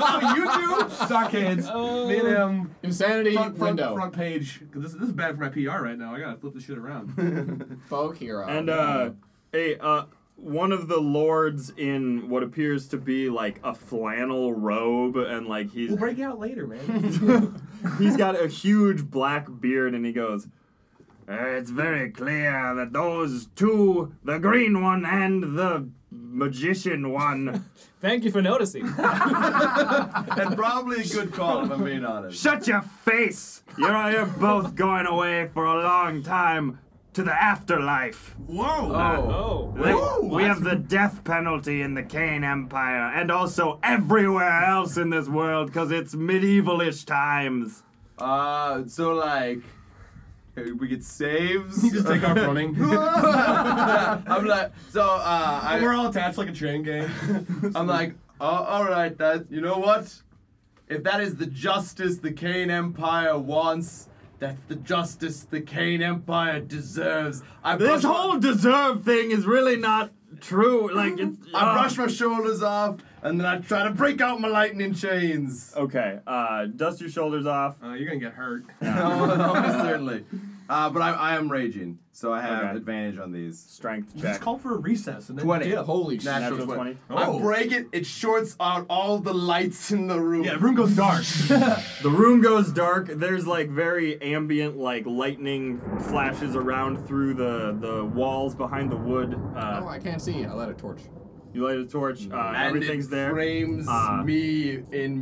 Speaker 2: so you two stockades.
Speaker 5: Oh.
Speaker 2: Me and him.
Speaker 3: Insanity
Speaker 2: Front, front,
Speaker 3: window.
Speaker 2: front page. 'Cause This, this is bad for my PR right now. I gotta flip this shit around.
Speaker 3: Folk hero.
Speaker 1: And uh, a uh, one of the lords in what appears to be like a flannel robe, and like he's
Speaker 2: we'll break out later, man.
Speaker 1: he's got a huge black beard, and he goes,
Speaker 7: Uh, it's very clear that those two, the green one and the magician one,
Speaker 5: Thank you for noticing.
Speaker 6: And probably a good call if I'm being honest.
Speaker 7: shut your face! You're, you're both going away for a long time to the afterlife.
Speaker 2: Whoa!
Speaker 5: Oh.
Speaker 7: They- we have the death penalty in the Kane Empire and also everywhere else in this world because it's medievalish times.
Speaker 6: Uh, so like, we get saves.
Speaker 4: You just take off running.
Speaker 6: I'm like, so uh, I,
Speaker 2: We're all attached like a train gang.
Speaker 6: I'm like, oh, all right, that you know what? If that is the justice the Kane Empire wants, that's the justice the Kane Empire deserves. I
Speaker 7: This
Speaker 6: brush my-
Speaker 7: whole deserve thing is really not true. Like, it's. uh,
Speaker 1: Oh.
Speaker 6: I
Speaker 7: ugh.
Speaker 6: brush my shoulders off, and then I try to break out my lightning chains.
Speaker 1: "Okay, uh, dust your shoulders off."
Speaker 2: Uh, you're gonna get hurt.
Speaker 6: Almost Oh, certainly. Uh, but I, I am raging, so I have
Speaker 1: Okay.
Speaker 6: advantage on these.
Speaker 1: Strength
Speaker 2: Just
Speaker 1: check.
Speaker 2: call for a recess and then
Speaker 6: 20.
Speaker 2: dip.
Speaker 3: Holy shit.
Speaker 6: Natural,
Speaker 1: Natural
Speaker 6: 20.
Speaker 1: 20.
Speaker 2: Oh.
Speaker 6: I break it, it shorts out all the lights in the room.
Speaker 2: Yeah, room goes dark.
Speaker 1: The room goes dark. There's like very ambient, like lightning flashes around through the the walls behind the wood. Uh,
Speaker 3: Oh, I can't see. I light a torch.
Speaker 1: You light a torch. Uh,
Speaker 6: and
Speaker 1: everything's
Speaker 6: it
Speaker 1: there.
Speaker 6: frames
Speaker 1: Uh,
Speaker 6: me in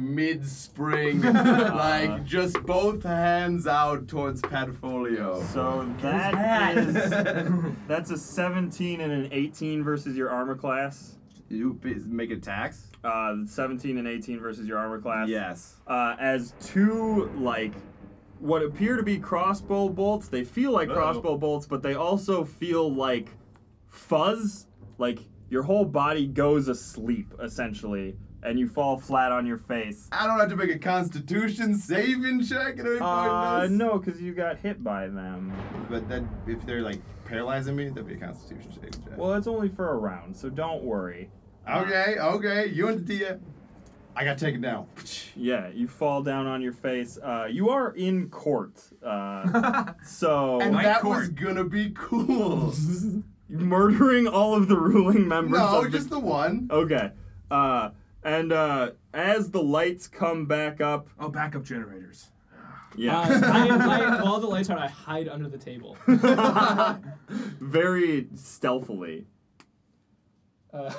Speaker 6: mid-spring, like just both hands out towards Patfolio.
Speaker 1: So that is that's a 17 and an 18 versus your armor class.
Speaker 6: you b- make attacks?
Speaker 1: Uh, 17 and 18 versus your armor class.
Speaker 6: Yes.
Speaker 1: Uh, as two like what appear to be crossbow bolts. They feel like crossbow bolts, but they also feel like fuzz. Like your whole body goes asleep essentially, and you fall flat on your face.
Speaker 6: I don't have to make a Constitution saving check at any point.
Speaker 1: Uh,
Speaker 6: miss?
Speaker 1: no, because you got hit by them.
Speaker 6: But that if they're like paralyzing me, that'd be a Constitution saving check.
Speaker 1: Well, it's only for a round, so don't worry.
Speaker 6: okay, okay, you and the DM. I got taken down.
Speaker 1: Yeah, you fall down on your face. Uh, you are in court. Uh, so
Speaker 6: And
Speaker 2: White
Speaker 6: that
Speaker 2: court.
Speaker 6: was gonna be cool.
Speaker 1: murdering all of the ruling members.
Speaker 6: no,
Speaker 1: of the-
Speaker 6: just the one.
Speaker 1: okay. Uh, and uh, as the lights come back up,
Speaker 4: Oh, backup generators.
Speaker 1: yeah,
Speaker 5: Uh, I, I, while the lights are, on, I hide under the table.
Speaker 1: very stealthily.
Speaker 5: Uh,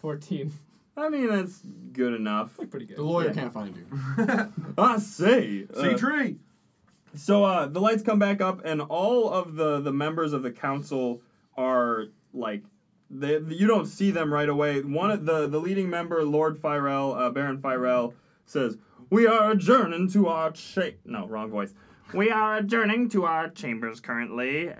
Speaker 5: 14.
Speaker 1: I mean, that's good enough.
Speaker 5: Pretty
Speaker 3: The
Speaker 5: good.
Speaker 3: lawyer can't find you.
Speaker 1: I say. uh,
Speaker 2: See tree.
Speaker 1: So uh, the lights come back up, and all of the the members of the council are like, they, you don't see them right away. One of the the leading member, Lord Firel, uh, Baron Firel, says, "We are adjourning to our cha- no wrong voice.
Speaker 7: We are adjourning to our chambers currently.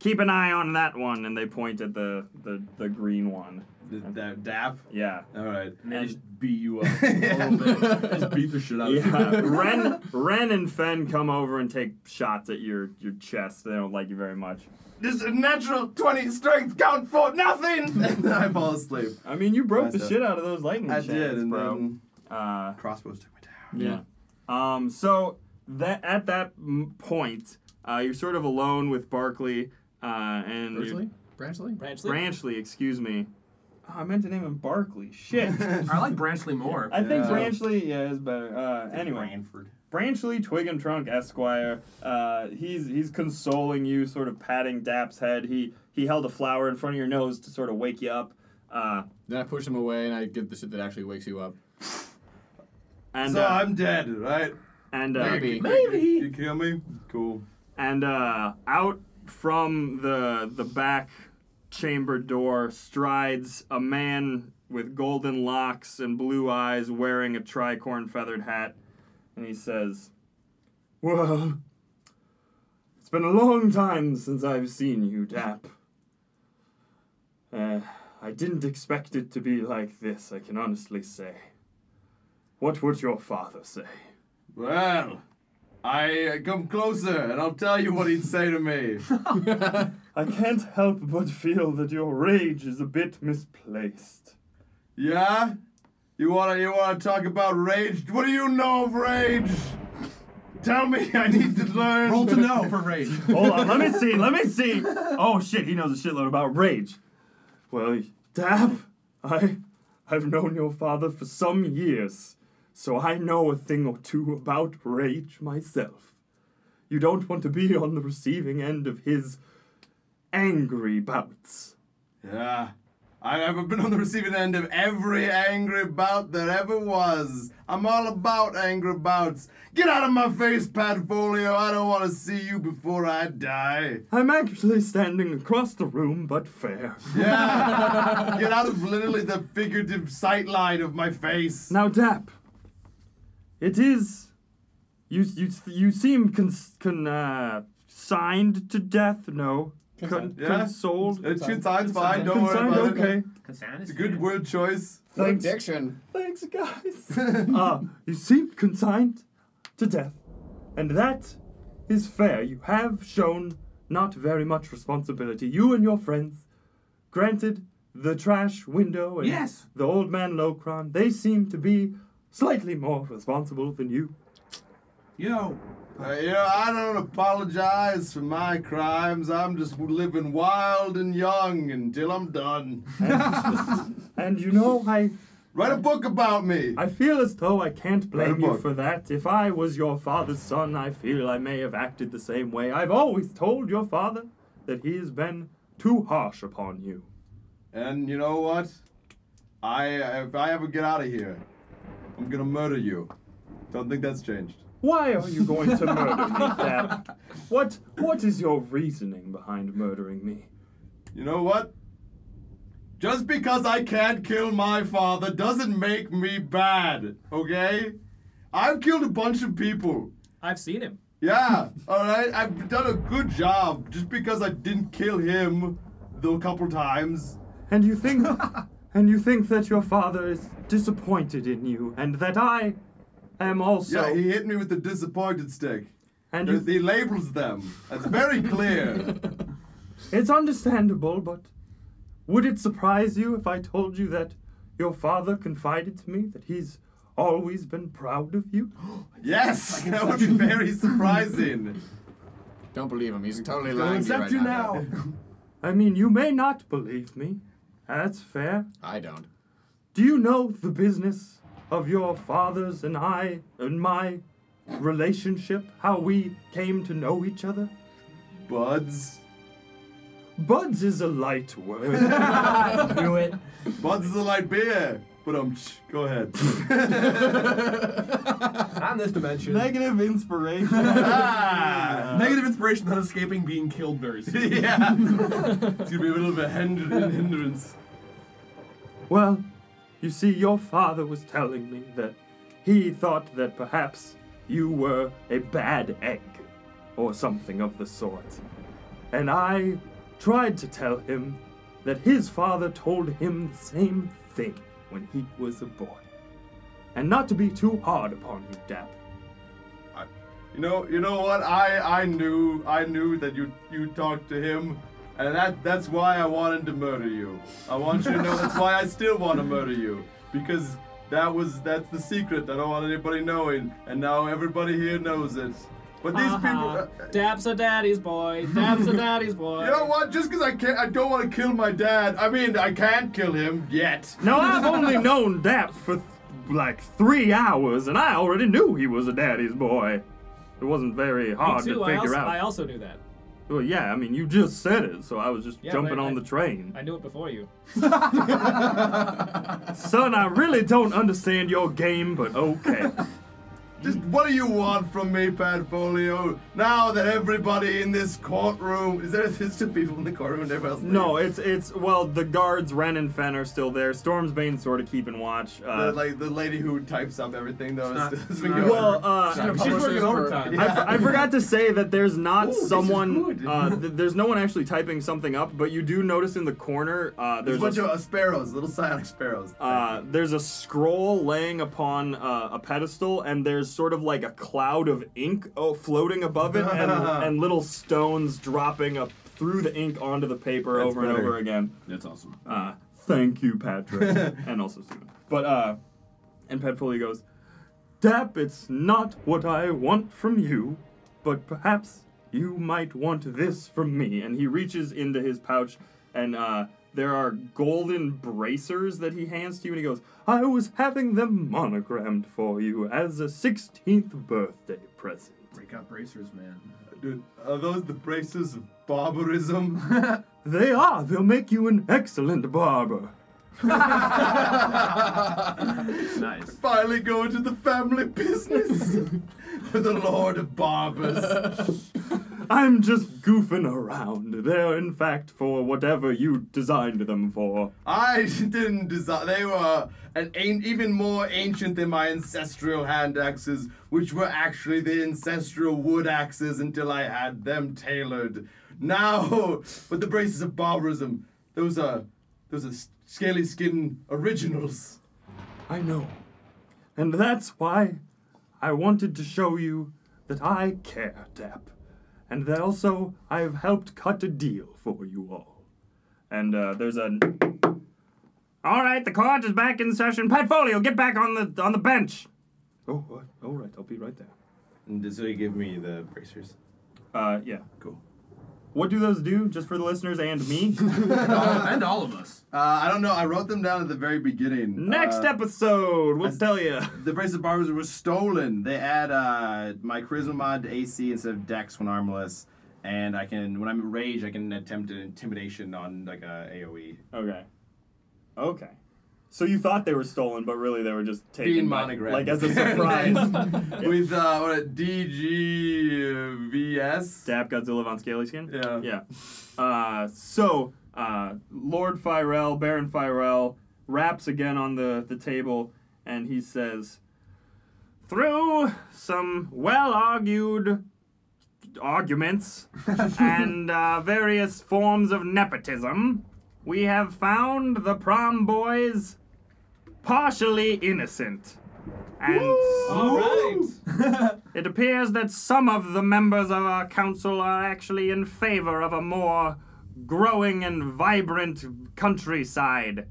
Speaker 1: Keep an eye on that one." And they point at the the, the green one.
Speaker 6: Th- That dap.
Speaker 1: Yeah.
Speaker 6: All right.
Speaker 4: And they
Speaker 1: And-
Speaker 4: just beat you up a little bit. Just beat the shit out of you.
Speaker 1: Yeah, Ren, Ren, and Fen come over and take shots at your your chest. They don't like you very much.
Speaker 6: This a natural 20 strength count for nothing! and then I fall asleep.
Speaker 1: I mean, you broke the
Speaker 6: Nice.
Speaker 1: shit out of those lightning
Speaker 6: I
Speaker 1: shafts,
Speaker 6: did, and
Speaker 1: bro.
Speaker 6: then
Speaker 1: uh,
Speaker 6: crossbows took me down.
Speaker 1: Yeah. Um, so that at that m- point, uh, you're sort of alone with Barkley uh, and you're-
Speaker 3: Branchley? Branchley?
Speaker 5: Branchley?
Speaker 1: Branchley. Excuse me. Oh, I meant to name him Barkley. Shit.
Speaker 4: I like Branchley more.
Speaker 1: I think
Speaker 6: Yeah.
Speaker 1: Branchley yeah, is better. Uh, anyway,
Speaker 6: Branford.
Speaker 1: Branchley Twig and Trunk Esquire. Uh, he's he's consoling you, sort of patting Dap's head. He he held a flower in front of your nose to sort of wake you up. Uh,
Speaker 3: Then I push him away and I give the shit that actually wakes you up.
Speaker 1: and
Speaker 6: so
Speaker 1: uh,
Speaker 6: I'm dead, right?
Speaker 1: and uh,
Speaker 3: Maybe.
Speaker 6: You, you kill me? Cool.
Speaker 1: and uh, out from the the back chamber door strides a man with golden locks and blue eyes wearing a tricorn feathered hat and he says well it's been a long time since i've seen you dap uh, i didn't expect it to be like this i can honestly say what would your father say
Speaker 6: Well, I uh, come closer and I'll tell you what he'd say to me.
Speaker 1: I can't help but feel that your rage is a bit misplaced.
Speaker 6: yeah? You wanna you wanna talk about rage? What do you know of rage? Tell me, I need to learn.
Speaker 2: Roll to know for rage.
Speaker 1: Hold on, let me see, let me see. Oh shit, he knows a shitload about rage. Well, Dab, I, I've known your father for some years, so I know a thing or two about rage myself. You don't want to be on the receiving end of his angry bouts.
Speaker 6: Yeah. I- I've been on the receiving end of every angry bout there ever was. I'm all about angry bouts. Get out of my face, Patfolio. I don't want to see you before I die.
Speaker 1: I'm actually standing across the room, but fair.
Speaker 6: Yeah. Get out of literally the figurative sight line of my face.
Speaker 1: Now, Dap, it is. You you you seem cons, con, uh, signed to death. No, con,
Speaker 6: Yeah.
Speaker 1: consoled.
Speaker 6: It should sound Uh, fine. Don't worry
Speaker 1: Consigned,
Speaker 6: about it.
Speaker 1: okay.
Speaker 4: Hassan
Speaker 6: It's
Speaker 4: is
Speaker 6: a good
Speaker 4: bad.
Speaker 6: word choice.
Speaker 3: What
Speaker 1: Thanks,
Speaker 3: addiction.
Speaker 1: thanks, guys. uh, you seem consigned to death, and that is fair. You have shown not very much responsibility. You and your friends, granted, the trash window and
Speaker 4: Yes.
Speaker 1: the old man Locron, they seem to be slightly more responsible than you.
Speaker 2: Yo,
Speaker 6: Uh, you know, I don't apologize for my crimes. I'm just living wild and young until I'm done.
Speaker 1: And you know, I
Speaker 6: Write a book about me.
Speaker 1: I feel as though I can't blame you
Speaker 6: Edward.
Speaker 1: for that. If I was your father's son, I feel I may have acted the same way. I've always told your father that he has been too harsh upon you.
Speaker 6: And you know what? I if I ever get out of here, I'm gonna murder you. Don't think that's changed.
Speaker 1: Why are you going to murder me, Dad? What what is your reasoning behind murdering me?
Speaker 6: You know what? Just because I can't kill my father doesn't make me bad, okay? I've killed a bunch of people.
Speaker 5: I've seen him.
Speaker 6: Yeah, alright? I've done a good job. Just because I didn't kill him the couple times.
Speaker 1: And you think and you think that your father is disappointed in you and that I am also
Speaker 6: Yeah, he hit me with the disappointed stick.
Speaker 1: and you,
Speaker 6: There's- He labels them. That's very clear.
Speaker 1: It's understandable, but would it surprise you if I told you that your father confided to me that he's always been proud of you?
Speaker 6: Yes, that would be very surprising.
Speaker 3: Don't believe him. He's totally
Speaker 11: I'll
Speaker 3: lying to you
Speaker 11: accept
Speaker 3: right
Speaker 11: you
Speaker 3: now.
Speaker 11: now.
Speaker 1: I mean, you may not believe me. That's fair.
Speaker 3: I don't.
Speaker 1: Do you know the business of your father's and I and my relationship? How we came to know each other?
Speaker 6: Buds.
Speaker 1: Buds is a light word.
Speaker 12: Knew it.
Speaker 6: Buds is a light beer. But um, go ahead.
Speaker 12: Not in this dimension.
Speaker 1: Negative inspiration.
Speaker 6: ah!
Speaker 11: Negative inspiration on escaping being killed very soon.
Speaker 6: yeah. It's gonna be a little bit of a hind- hindrance.
Speaker 1: Well, you see, your father was telling me that he thought that perhaps you were a bad egg or something of the sort. And I tried to tell him that his father told him the same thing when he was a boy. And not to be too hard upon you, Dap.
Speaker 6: You know, you know what? I I knew I knew that you you talked to him, and that that's why I wanted to murder you. I want you to know that's why I still want to murder you because that was that's the secret. I don't want anybody knowing, and now everybody here knows it. But these
Speaker 5: Uh-huh.
Speaker 6: people. uh,
Speaker 5: Dab's a daddy's boy. Dab's a daddy's boy.
Speaker 6: You know what? Just because I can't, I don't want to kill my dad. I mean, I can't kill him yet.
Speaker 1: Now, I've only known Dap for th- like three hours, and I already knew he was a daddy's boy. It wasn't very
Speaker 5: Me
Speaker 1: hard to
Speaker 5: too.
Speaker 1: figure
Speaker 5: I also,
Speaker 1: out.
Speaker 5: I also knew that.
Speaker 1: Well, yeah, I mean, you just said it, so I was just
Speaker 5: Yeah,
Speaker 1: jumping
Speaker 5: but I-
Speaker 1: on the train.
Speaker 5: I knew it before you.
Speaker 1: Son, I really don't understand your game, but okay.
Speaker 6: Just what do you want from me, Padfolio? Now that everybody in this courtroom is there, there's two people in the courtroom and everybody else.
Speaker 13: No, it's it's well the guards Ren and Fen are still there. Stormsbane sort of keeping watch.
Speaker 6: The,
Speaker 13: Uh,
Speaker 6: like the lady who types up everything though
Speaker 14: It's
Speaker 6: is,
Speaker 14: not-
Speaker 6: has been
Speaker 14: it's not-
Speaker 6: going.
Speaker 13: well, uh,
Speaker 3: She's working overtime.
Speaker 13: I, f- I forgot to say that there's not
Speaker 6: Ooh, this is
Speaker 13: someone.
Speaker 6: good.
Speaker 13: Uh, th- there's no one actually typing something up, but you do notice in the corner uh,
Speaker 6: there's
Speaker 13: there's
Speaker 6: a bunch
Speaker 13: a,
Speaker 6: of uh, sparrows, little psionic sparrows.
Speaker 13: uh, there's a scroll laying upon uh, a pedestal, and there's sort of like a cloud of ink oh, floating above it, and, and little stones dropping up through the ink onto the paper
Speaker 6: That's
Speaker 13: over and
Speaker 6: better.
Speaker 13: over again.
Speaker 14: That's awesome.
Speaker 13: Uh, thank you, Patrick, and also Steven. But uh, and Pat Foley goes,
Speaker 1: Dap, it's not what I want from you, but perhaps you might want this from me. And he reaches into his pouch, and uh, there are golden bracers that he hands to you, and he goes, I was having them monogrammed for you as a 16th birthday present.
Speaker 14: Break out bracers, man.
Speaker 6: Dude, are those the braces of barbarism?
Speaker 1: They are, they'll make you an excellent barber.
Speaker 14: Nice.
Speaker 6: Finally go into the family business. the Lord of Barbers.
Speaker 1: I'm just goofing around. They're, in fact, for whatever you designed them for.
Speaker 6: I didn't design. They were an an- even more ancient than my ancestral hand axes, which were actually the ancestral wood axes until I had them tailored. Now, with the braces of barbarism, those are those are s- scaly skin originals.
Speaker 1: I know. And that's why I wanted to show you that I care, Dap. And that also I've helped cut a deal for you all.
Speaker 13: and uh, there's a. All right, the court is back in session. Patfolio, get back on the on the bench.
Speaker 1: Oh, all right, I'll be right there.
Speaker 6: And does it give me the bracers?
Speaker 1: Uh, yeah.
Speaker 6: Cool.
Speaker 1: What do those do, just for the listeners and me?
Speaker 4: and all of us.
Speaker 6: Uh, I don't know. I wrote them down at the very beginning.
Speaker 1: Next
Speaker 6: Uh,
Speaker 1: episode, we'll
Speaker 6: I-
Speaker 1: tell you.
Speaker 6: The bracelet barbers were stolen. They add uh, my charisma mod to AC instead of Dex when armless, and I can when I'm enraged I can attempt an intimidation on like uh, a E. AOE.
Speaker 1: Okay. Okay. So you thought they were stolen, but really they were just taken
Speaker 6: Being
Speaker 1: by-
Speaker 6: monogrammed.
Speaker 1: like as a surprise.
Speaker 6: With uh, what a DG uh, VS.
Speaker 1: Dap Godzilla von Scaly Skin.
Speaker 6: Yeah.
Speaker 1: Yeah. Uh, so, uh, Lord Firel, Baron Firel, raps again on the, the table, and he says, Through some well argued arguments and uh, various forms of nepotism, we have found the prom boys partially innocent. And
Speaker 5: All right.
Speaker 1: it appears that some of the members of our council are actually in favor of a more growing and vibrant countryside.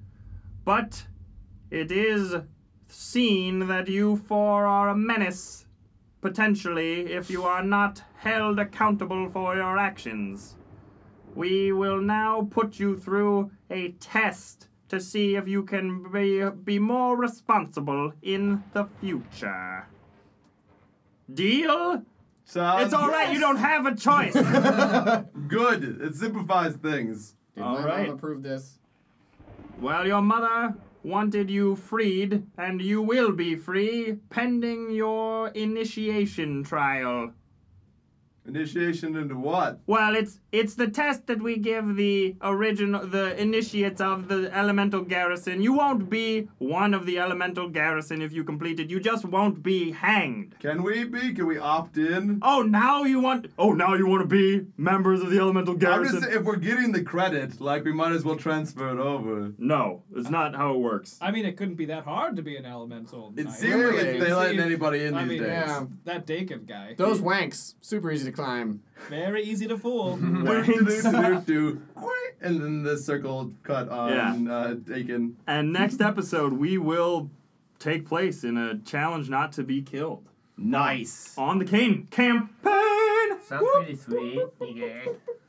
Speaker 1: But it is seen that you four are a menace, potentially, if you are not held accountable for your actions. We will now put you through a test to see if you can be, be more responsible in the future. Deal?
Speaker 6: Sounds
Speaker 1: It's all right. You don't have a choice.
Speaker 6: good. It simplifies things.
Speaker 3: Did
Speaker 1: All
Speaker 3: my mom
Speaker 1: right.
Speaker 3: approve this?
Speaker 1: well, your mother wanted you freed, and you will be free pending your initiation trial.
Speaker 6: Initiation into what?
Speaker 1: Well, it's it's the test that we give the original the initiates of the elemental garrison. You won't be one of the elemental garrison if you complete it. You just won't be hanged.
Speaker 6: Can we be? Can we opt in?
Speaker 1: Oh, now you want Oh, now you want to be members of the elemental
Speaker 6: I'm
Speaker 1: garrison.
Speaker 6: just saying, if we're getting the credit, like we might as well transfer it over.
Speaker 1: no, it's not how it works.
Speaker 5: I mean, it couldn't be that hard to be an elemental.
Speaker 6: It
Speaker 5: knight.
Speaker 6: seems
Speaker 3: Really?
Speaker 6: like they
Speaker 5: It
Speaker 6: letting
Speaker 5: seems-
Speaker 6: anybody in
Speaker 5: I
Speaker 6: these
Speaker 5: mean,
Speaker 6: days.
Speaker 3: Yeah.
Speaker 5: That Dakin guy.
Speaker 3: Those wanks, super easy to climb.
Speaker 5: Very easy to fool.
Speaker 6: Do-do-do-do-do. and then the circle cut on uh, Dakin.
Speaker 1: And next episode, we will take place in a challenge not to be killed
Speaker 6: Nice.
Speaker 1: on the Kane campaign.
Speaker 7: Sounds pretty sweet. Yeah.